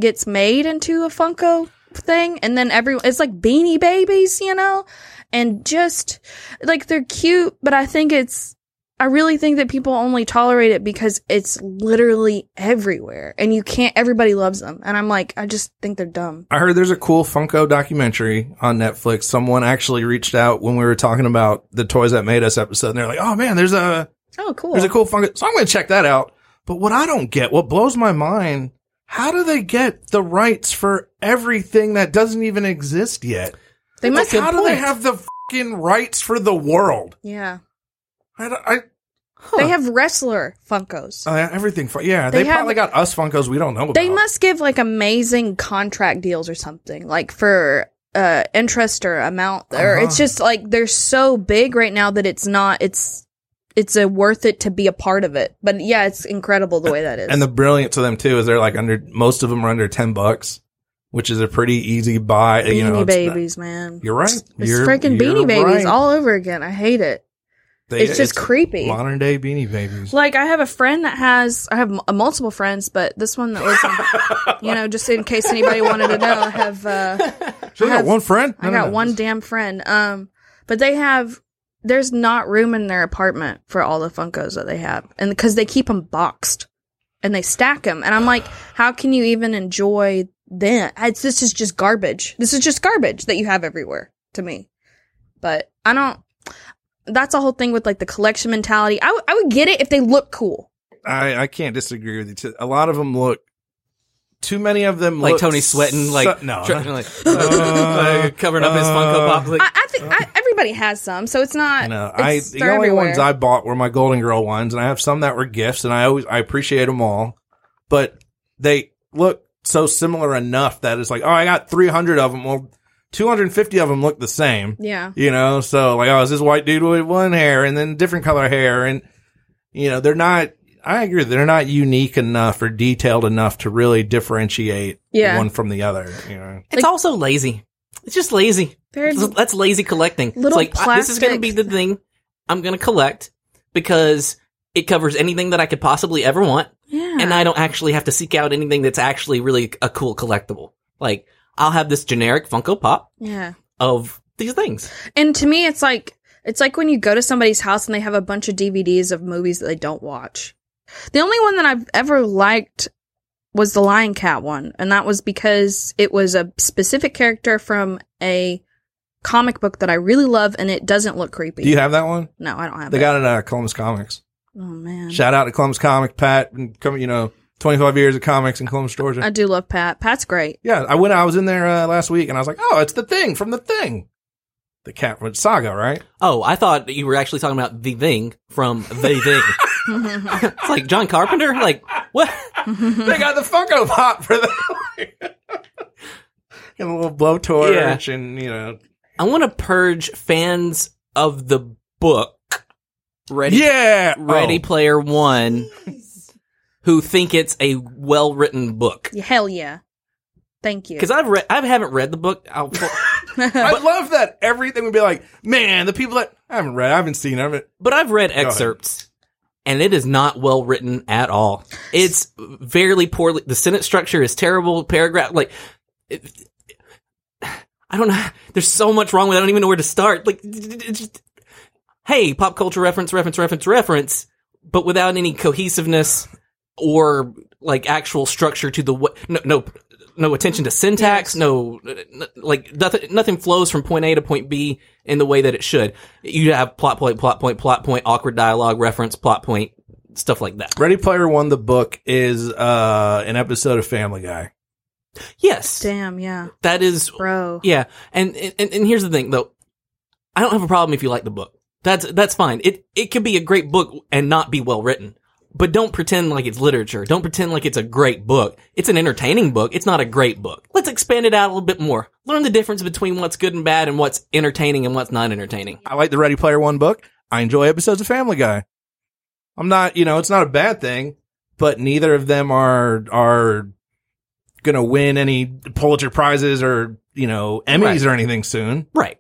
D: gets made into a Funko thing, and then every it's like Beanie Babies, you know, and just like they're cute, but I think it's. I really think that people only tolerate it because it's literally everywhere and you can't, everybody loves them. And I'm like, I just think they're dumb.
A: I heard there's a cool Funko documentary on Netflix. Someone actually reached out when we were talking about the Toys That Made Us episode, and they're like, "Oh man, there's a
D: Oh, cool.
A: There's a cool fungus. So I'm going to check that out. But what I don't get, what blows my mind, how do they get the rights for everything that doesn't even exist yet?
D: they
A: Like,
D: must
A: how
D: have.
A: do they have the fucking rights for the world?
D: Yeah.
A: I, don't- I-
D: They have wrestler Funkos.
A: uh, everything. fu- Yeah, they,
D: They have-
A: probably got us Funkos we don't know about.
D: They must give like amazing contract deals or something, like for uh interest or amount or
A: Uh-huh.
D: it's just like they're so big right now that it's not it's it's a worth it to be a part of it. But yeah, it's incredible the way that is.
A: And the brilliance of them too is they're like under. Most of them are under ten bucks, which is a pretty easy buy.
D: Beanie
A: you know, it's not-
D: Babies, man.
A: You're right.
D: It's
A: You're-
D: freaking
A: you're
D: Beanie Babies
A: right.
D: all over again. I hate it.
A: They-
D: it's just creepy.
A: Modern day Beanie Babies.
D: Like I have a friend that has I have m- uh, multiple friends, but this one that
A: *laughs*
D: was you know just in case anybody wanted to know, I have uh
A: So I
D: have-
A: got one friend.
D: I
A: No, no,
D: got
A: no.
D: one damn friend. Um, but they have there's not room in their apartment for all the Funkos that they have, and because they keep them boxed and they stack them, and I'm like, how can you even enjoy them? It's, this is just garbage. This is just garbage that you have everywhere to me. But I don't. That's a whole thing with like the collection mentality. I would- I would get it if they look cool.
A: I, I can't disagree with you. Too. A lot of them look. Too many of them
E: Like
A: look
E: Tony sweating,
A: so-
E: like
A: no, *laughs*
E: tr-
A: no,
E: like,
A: Uh,
E: covering up his Funko Pop. Like,
D: I, I think I, everybody has some, so it's not.
A: no. I
D: Uh, it's-
A: the
D: they're
A: only ones
D: everywhere.
A: I bought were my Golden Girl ones, and I have some that were gifts, and I always I appreciate them all, but they look so similar enough that it's like, oh, I got three hundred of them. Well, two hundred and fifty of them look the same.
D: yeah.
A: You know, so like, oh, is this white dude with one hair and then different color hair? And, you know, they're not, I agree, they're not unique enough or detailed enough to really differentiate
D: Yeah.
A: one from the other. You know,
E: it's also lazy. It's just lazy.
D: They're-
E: That's- That's lazy collecting.
D: Little
E: it's like I- this is going to
D: plastic-
E: be the thing I'm going to collect because it covers anything that I could possibly ever want,
D: Yeah.
E: and I don't actually have to seek out anything that's actually really a cool collectible. Like I'll have this generic Funko Pop
D: yeah.
E: of these things.
D: And to me, it's like It's like when you go to somebody's house and they have a bunch of DVDs of movies that they don't watch. The only one that I've ever liked was the Lion Cat one, and that was because it was a specific character from a comic book that I really love, and it doesn't look creepy.
A: Do you have that one?
D: no, I don't have
A: They
D: it.
A: got it at uh, Columbus Comics.
D: oh man,
A: Shout out to Columbus Comics, Pat, and come, you know, 25 years of comics in Columbus, Georgia.
D: I do love Pat. Pat's great.
A: yeah, I went. I was in there uh, last week, and I was like, "Oh, it's the thing from the thing, the cat saga, right?"
E: Oh, I thought that you were actually talking about the thing from the thing. it's like John Carpenter. Like what?
A: they got the Funko Pop for *laughs* that, and a little blowtorch, and you know,
E: I want to purge fans of the book. Ready?
A: yeah, Oh.
E: Ready Player One. Who think it's a well written book?
D: Yeah, Hell yeah, thank you.
E: Because I've read, I haven't read the book. I'll,
A: Oh, *laughs* I love that everything would be like, man, the people that I haven't read, I haven't seen, I haven't.
E: but I've read excerpts, and it is not well written at all. It's fairly poorly. The sentence structure is terrible. Paragraph like, *sighs* it, I don't know. *sighs* There's so much wrong with. it. I don't even know where to start. Like, it's just, hey, pop culture reference, reference, reference, reference, but without any cohesiveness or like actual structure to the what. No, no. No attention to syntax. No, n- like nothing. Nothing flows from point A to point B in the way that it should. You have plot point, plot point, plot point, awkward dialogue, reference, plot point, stuff like that.
A: Ready Player One, the book is uh, an episode of Family Guy.
E: Yes,
D: Damn yeah,
E: that is
D: bro.
E: Yeah, and, and and here's the thing though, I don't have a problem if you like the book. That's that's fine. It it could be a great book and not be well written, but don't pretend like it's literature. Don't pretend like it's a great book. It's an entertaining book. It's not a great book. Let's expand it out a little bit more. Learn the difference between what's good and bad and what's entertaining and what's not entertaining.
A: I like the Ready Player One book. I enjoy episodes of Family Guy. I'm not, you know, it's not a bad thing, but neither of them are are gonna win any Pulitzer prizes or you know Emmys
E: Right.
A: or anything soon.
E: Right.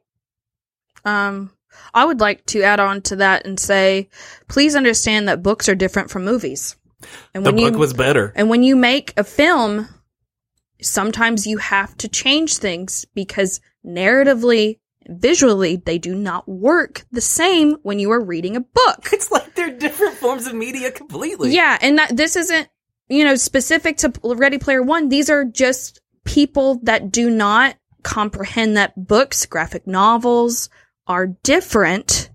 D: Um, I would like to add on to that and say, please understand that books are different from movies. And
E: The
D: when
E: book
D: you,
E: was better.
D: and when you make a film, sometimes you have to change things because narratively, visually, they do not work the same when you are reading a book.
E: It's like they're different forms of media completely.
D: Yeah, and that, this isn't you know specific to Ready Player One. These are just people that do not comprehend that books, graphic novels are different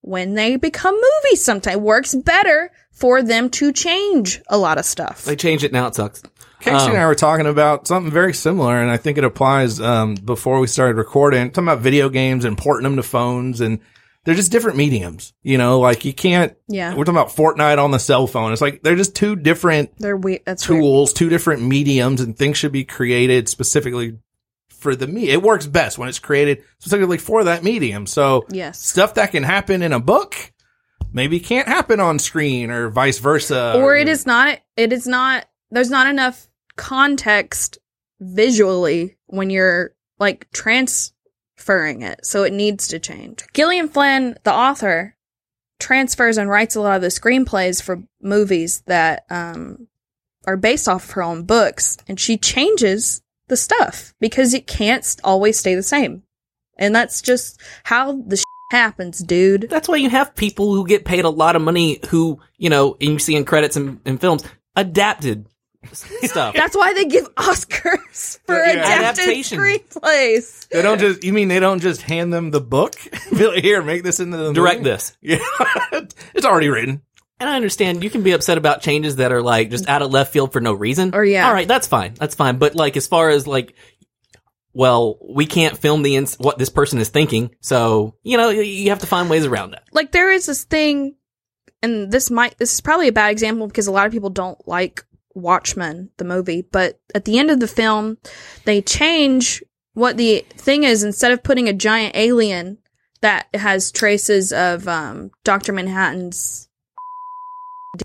D: when they become movies. Sometimes works better for them to change a lot of stuff.
E: They changed it now. It sucks.
A: Casey and
E: Um,
A: I were talking about something very similar, and I think it applies um, before we started recording. Talking about video games and porting them to phones, and they're just different mediums. You know, like you can't.
D: Yeah.
A: we're talking about Fortnite on the cell phone. It's like they're just two different
D: They're weird. That's weird.
A: tools, two different mediums, and things should be created specifically for the me. It works best when it's created specifically for that medium. So
D: Yes.
A: stuff that can happen in a book maybe can't happen on screen, or vice versa.
D: or it is not. It is not. There's not enough context visually when you're like transferring it, so it needs to change. Gillian Flynn, the author, transfers and writes a lot of the screenplays for movies that um, are based off of her own books, and she changes the stuff because it can't s- always stay the same, and that's just how the *laughs* sh- happens, dude.
E: That's why you have people who get paid a lot of money who, you know, and you see in credits and, and films, adapted s-
D: *laughs*
E: stuff.
D: That's why they give *laughs* Oscars for
A: Yeah.
D: adapted
E: Adaptation.
D: screenplays.
A: They don't just. You mean they don't just hand them the book? *laughs* Be like, Here, make this into the
E: Direct
A: movie."
E: this.
A: *laughs* Yeah, it's already written.
E: And I understand you can be upset about changes that are like just out of left field for no reason.
D: Or, yeah.
E: All right, that's fine. That's fine. But like as far as like, well, we can't film the ins- what this person is thinking. So, you know, you- you have to find ways around that.
D: Like there is this thing, and this might this is probably a bad example because a lot of people don't like Watchmen the movie, but at the end of the film, they change what the thing is instead of putting a giant alien that has traces of um, Doctor Manhattan's. *laughs*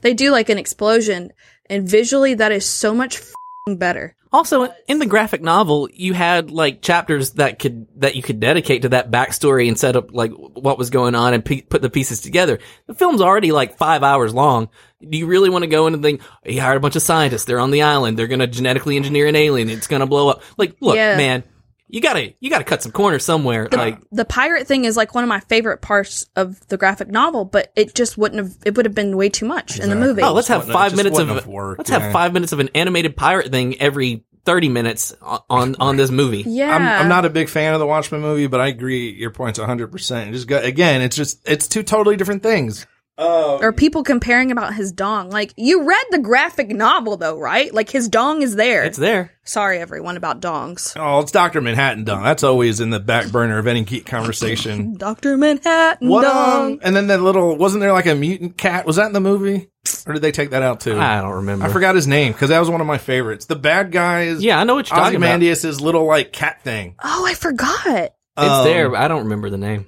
D: They do like an explosion, and visually that is so much fing better.
E: Also, in the graphic novel, you had like chapters that could that you could dedicate to that backstory and set up like what was going on and pe- put the pieces together. The film's already like five hours long. Do you really want to go into the thing? He hired a bunch of scientists. They're on the island. They're gonna genetically engineer an alien. It's gonna blow up. Like, look,
D: Yeah.
E: man, you gotta you gotta cut some corners somewhere. Like
D: the pirate thing is like one of my favorite parts of the graphic novel, but it just wouldn't have. It would have been way too much in the movie.
E: oh, let's have
A: wouldn't-
E: five
A: just
E: minutes of
A: wouldn't have worked,
E: let's
A: yeah.
E: have five minutes of an animated pirate thing every thirty minutes on on, on this movie.
D: yeah,
A: I'm, I'm not a big fan of the Watchmen movie, but I agree your points 100. percent Just go, again, it's just it's two totally different things.
D: or people comparing about his dong. Like you read the graphic novel though, right? Like his dong is there.
E: It's there.
D: Sorry, everyone about dongs.
A: Oh, it's Doctor Manhattan done. That's always in the back burner of any geek conversation.
D: Doctor Manhattan
A: what?
D: *laughs* dong.
A: Um, and then that little wasn't there like a mutant cat? Was that in the movie, or did they take that out too?
E: I don't remember.
A: I forgot his name because that was one of my favorites. The bad guy is
E: Yeah, I know what you're talking about. It's
A: Ozymandias' little like cat thing.
D: oh, I forgot.
A: Um,
E: there, but I don't remember the name.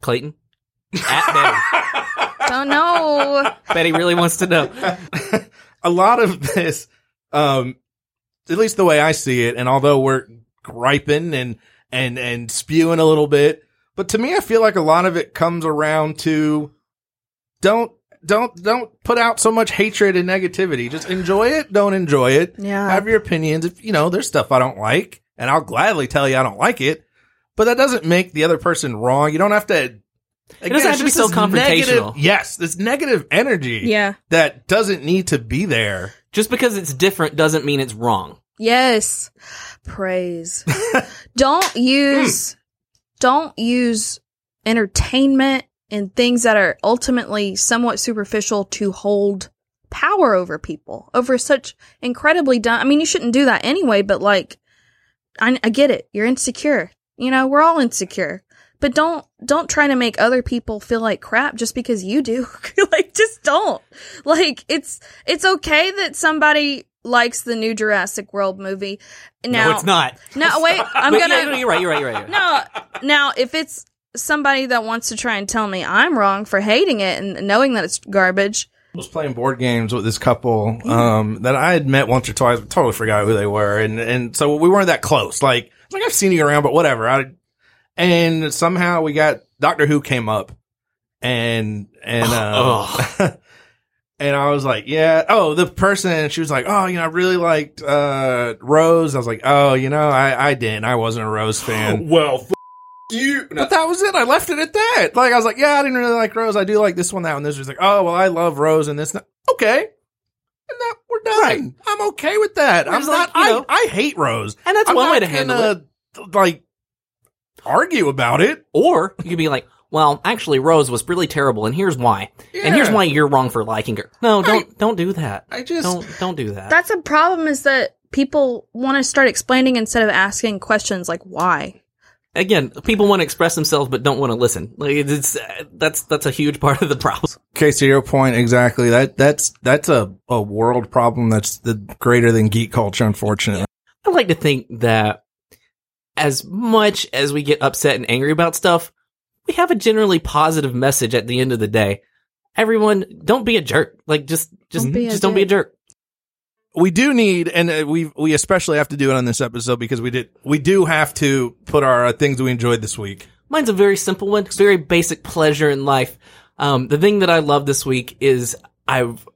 E: Clayton. *laughs* At
D: Don't know.
A: *laughs*
E: Betty. Betty really wants to know.
A: a lot of this, um, at least the way I see it, and although we're griping and and and spewing a little bit, but to me, I feel like a lot of it comes around to don't don't don't put out so much hatred and negativity. Just enjoy it. Don't enjoy it.
D: Yeah.
A: Have your opinions. If you know there's stuff I don't like, and I'll gladly tell you I don't like it. But that doesn't make the other person wrong. You don't have to. It
E: doesn't have to be so confrontational.
A: yes, this negative energy
D: Yeah.
A: that doesn't need to be there.
E: Just because it's different doesn't mean it's wrong.
D: Yes. Praise. don't
E: Hmm.
D: use don't use entertainment and things that are ultimately somewhat superficial to hold power over people over such incredibly dumb I mean you shouldn't do that anyway but like I, I get it you're insecure you know we're all insecure but don't don't try to make other people feel like crap just because you do *laughs* like just don't like it's it's okay that somebody likes the new Jurassic World movie now
E: no, it's not.
D: no, wait. I'm
E: But
D: gonna.
E: yeah, no, you're right. You're right. You're right.
D: No, now if it's somebody that wants to try and tell me I'm wrong for hating it and knowing that it's garbage,
A: I was playing board games with this couple um, that I had met once or twice, but totally forgot who they were, and and so we weren't that close. Like it's like I've seen you around, but whatever. I, and somehow we got Doctor Who came up, and and uh, *laughs* and I was like, yeah. Oh, the person. She was like, oh, you know, I really liked uh, Rose. I was like, oh, you know, I I didn't. I wasn't a Rose fan.
E: Well, f- you.
A: But that was it. I left it at that. Like I was like, yeah, I didn't really like Rose. I do like this one, that one. This was like, oh well, I love Rose and this. And that. Okay, and that we're done. I'm okay with that. I'm
E: It's
A: not.
E: like, you
A: I,
E: know-
A: I hate Rose,
E: And that's
A: I'm
E: one
A: not
E: way to handle
A: gonna, it. Like argue about it.
E: Or you could be like, well, actually, Rose was really terrible, and here's why. And here's
A: Yeah.
E: why you're wrong for liking her. No, don't don't do that.
A: I just-
E: don't don't do that.
D: that's a problem. Is that people want to start explaining instead of asking questions like why?
E: Again, people want to express themselves, but don't want to listen. Like it's uh, that's that's a huge part of the problem.
A: Okay, to your point exactly. That that's that's a a world problem. That's the greater than geek culture, unfortunately.
E: I like to think that as much as we get upset and angry about stuff, we have a generally positive message at the end of the day. Everyone, don't be a jerk. Like just just
D: Don't be a
E: just don't be a jerk.
A: we do need, and uh, we we especially have to do it on this episode because we did we do have to put our uh, things we enjoyed this week.
E: Mine's a very simple one, very basic pleasure in life. Um, the thing that I love this week is I've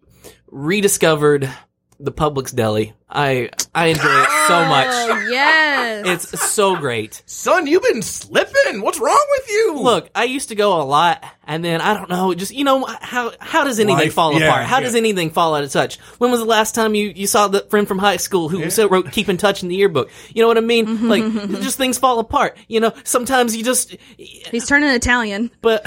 E: rediscovered the Publix deli. I I enjoy it so much.
D: Oh *laughs* yes.
E: It's so great.
A: Son, you've been slipping. What's wrong with you?
E: Look, I used to go a lot, and then I don't know, just you know how how does anything
A: Life-
E: fall
A: yeah,
E: apart? How does
A: yeah.
E: anything fall out of touch? When was the last time you you saw the friend from high school who said- wrote "Keep in Touch" in the yearbook? You know what I
D: *laughs*
E: mean? Like just things fall apart. You know, sometimes you just
D: He's turning Italian. *laughs*
E: but *laughs*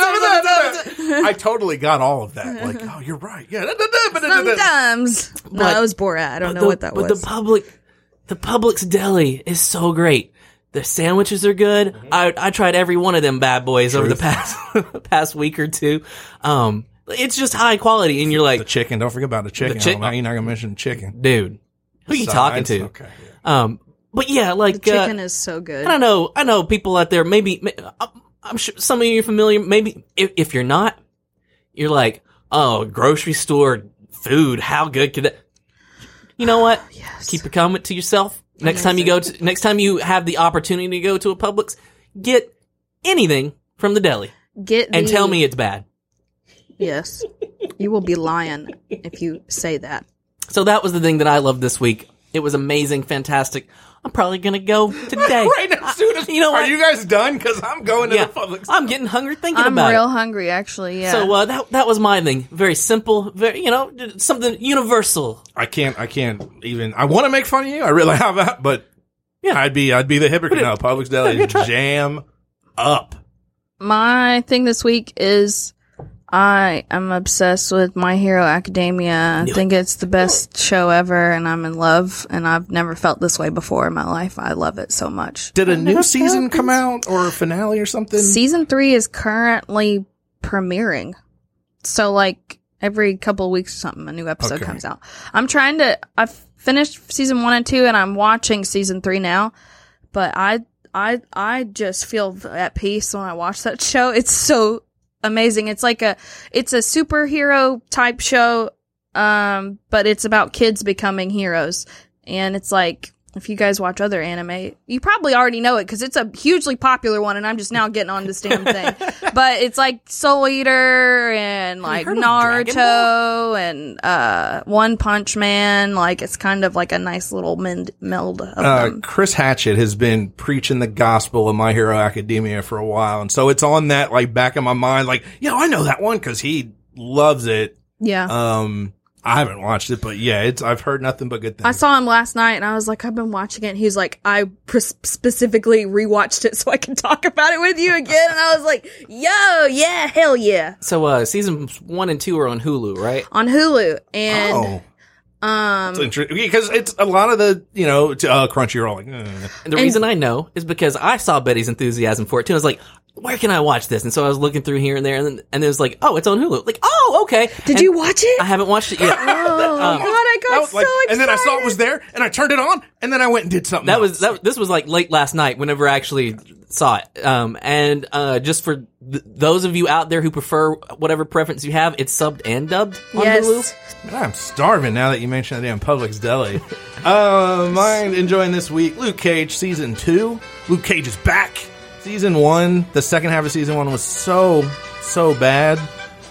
A: I totally got all of that.
E: *laughs*
A: Like, oh, you're right. Yeah.
D: Sometimes. no, that was Borat. I don't know
E: the-
D: what that
E: but
D: was.
E: the public, the Publix deli is so great. The sandwiches are good.
A: Mm-hmm.
E: I I tried every one of them bad boys over the past *laughs* past week or two. Um, it's just high quality, and you're
A: The
E: like,
A: chicken. Don't forget about the chicken.
E: The chick-
A: Oh, now you're not gonna mention chicken.
E: dude, who you talking to?
A: Okay.
E: Um, but yeah, like uh,
D: Chicken is so good.
E: I know, I know people out there. Maybe may- I'm- I'm sure some of you are familiar. Maybe if, if you're not, you're like, oh, grocery store food. How good could that? You know what? Keep your comment to yourself. Next time you go to, next time you have the opportunity to go to a Publix, get anything from the deli
D: Get
E: and
D: the-
E: tell me it's bad.
D: yes. You will be lying if you say that.
E: So that was the thing that I loved this week. It was amazing, fantastic. I'm probably gonna go today.
A: right now, soon as,
E: you know
A: are
E: what?
A: you guys done? Because I'm going to
E: yeah,
A: the public.
E: I'm getting hungry thinking
D: I'm
E: about
D: real
E: it.
D: hungry, actually. Yeah.
E: So uh, that that was my thing. Very simple. Very you know d- something universal.
A: I can't. I can't even. I want to make fun of you. I really *laughs* have that, but
E: Yeah.
A: I'd be. I'd be the hypocrite now. Publix deli
E: yeah, try it.
A: jam up.
D: my thing this week is I am obsessed with My Hero Academia. I think it's the best show ever, and I'm in love, and I've never felt this way before in my life. I love it so much.
A: Did a new season come out or a finale or something?
D: Season three is currently premiering. So, like, every couple of weeks or something, a new episode
A: Okay.
D: comes out. I'm trying to, I've finished season one and two, and I'm watching season three now, but I, I, I just feel at peace when I watch that *laughs* show. It's so amazing. It's like a, it's a superhero type show, um, but it's about kids becoming heroes. And it's like, if you guys watch other anime, you probably already know it because it's a hugely popular one, and I'm just now getting on this damn
E: *laughs*
D: thing. but it's like Soul Eater and like
E: heard of Dragon Ball?
D: Naruto and uh, One Punch Man. Like it's kind of like a nice little mend- meld of
A: uh,
D: them.
A: Chris Hatchett has been preaching the gospel of My Hero Academia for a while, and so it's on that like back of my mind. Like, yeah, I know that one because he loves it.
D: Yeah.
A: Um, I haven't watched it, but yeah, it's. I've heard nothing but good things.
D: I saw him last night and I was like, I've been watching it. And he's like, I pres- specifically rewatched it so I can talk about it with you again. And I was like, yo, yeah, hell yeah.
E: So uh, seasons one and two are on Hulu, right?
D: On Hulu. And
A: oh. Um, because it's a lot of the you know t- uh, Crunchyroll. Like, eh.
E: And the reason I know is because I saw Betty's enthusiasm for it too. I was like, where can I watch this? And so I was looking through here and there, and then, and it was like, oh, it's on Hulu. Like, oh, okay.
D: did
E: And
D: you watch it?
E: I haven't watched it
D: *laughs*
E: yet.
D: oh, my God, I
A: I
D: got
A: was
D: so
A: like-
D: excited.
A: and then I saw it was there, and I turned it on, and then I went and did something.
E: That
A: else.
E: was that. This was like late last night. Whenever I actually saw it, um, and uh, just for th- those of you out there who prefer whatever preference you have, it's subbed and dubbed on Hulu.
D: Yes.
A: I'm starving now that you mentioned that damn Publix *laughs* deli. uh, mine enjoying this week. Luke Cage season two. Luke Cage is back. Season one, the second half of season one was so so bad,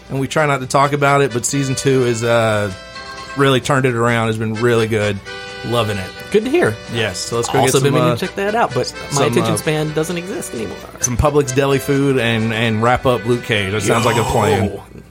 A: and we try not to talk about it. But season two is uh really turned it around. Has been really good. Loving it.
E: Good to hear.
A: Yes. So let's go
E: Also
A: get some
E: been meaning
A: uh,
E: to check that out, but my
A: some,
E: attention
A: uh,
E: span doesn't exist anymore.
A: some Publix deli food and and wrap up Luke Cage. That sounds like a plan.
E: Oh,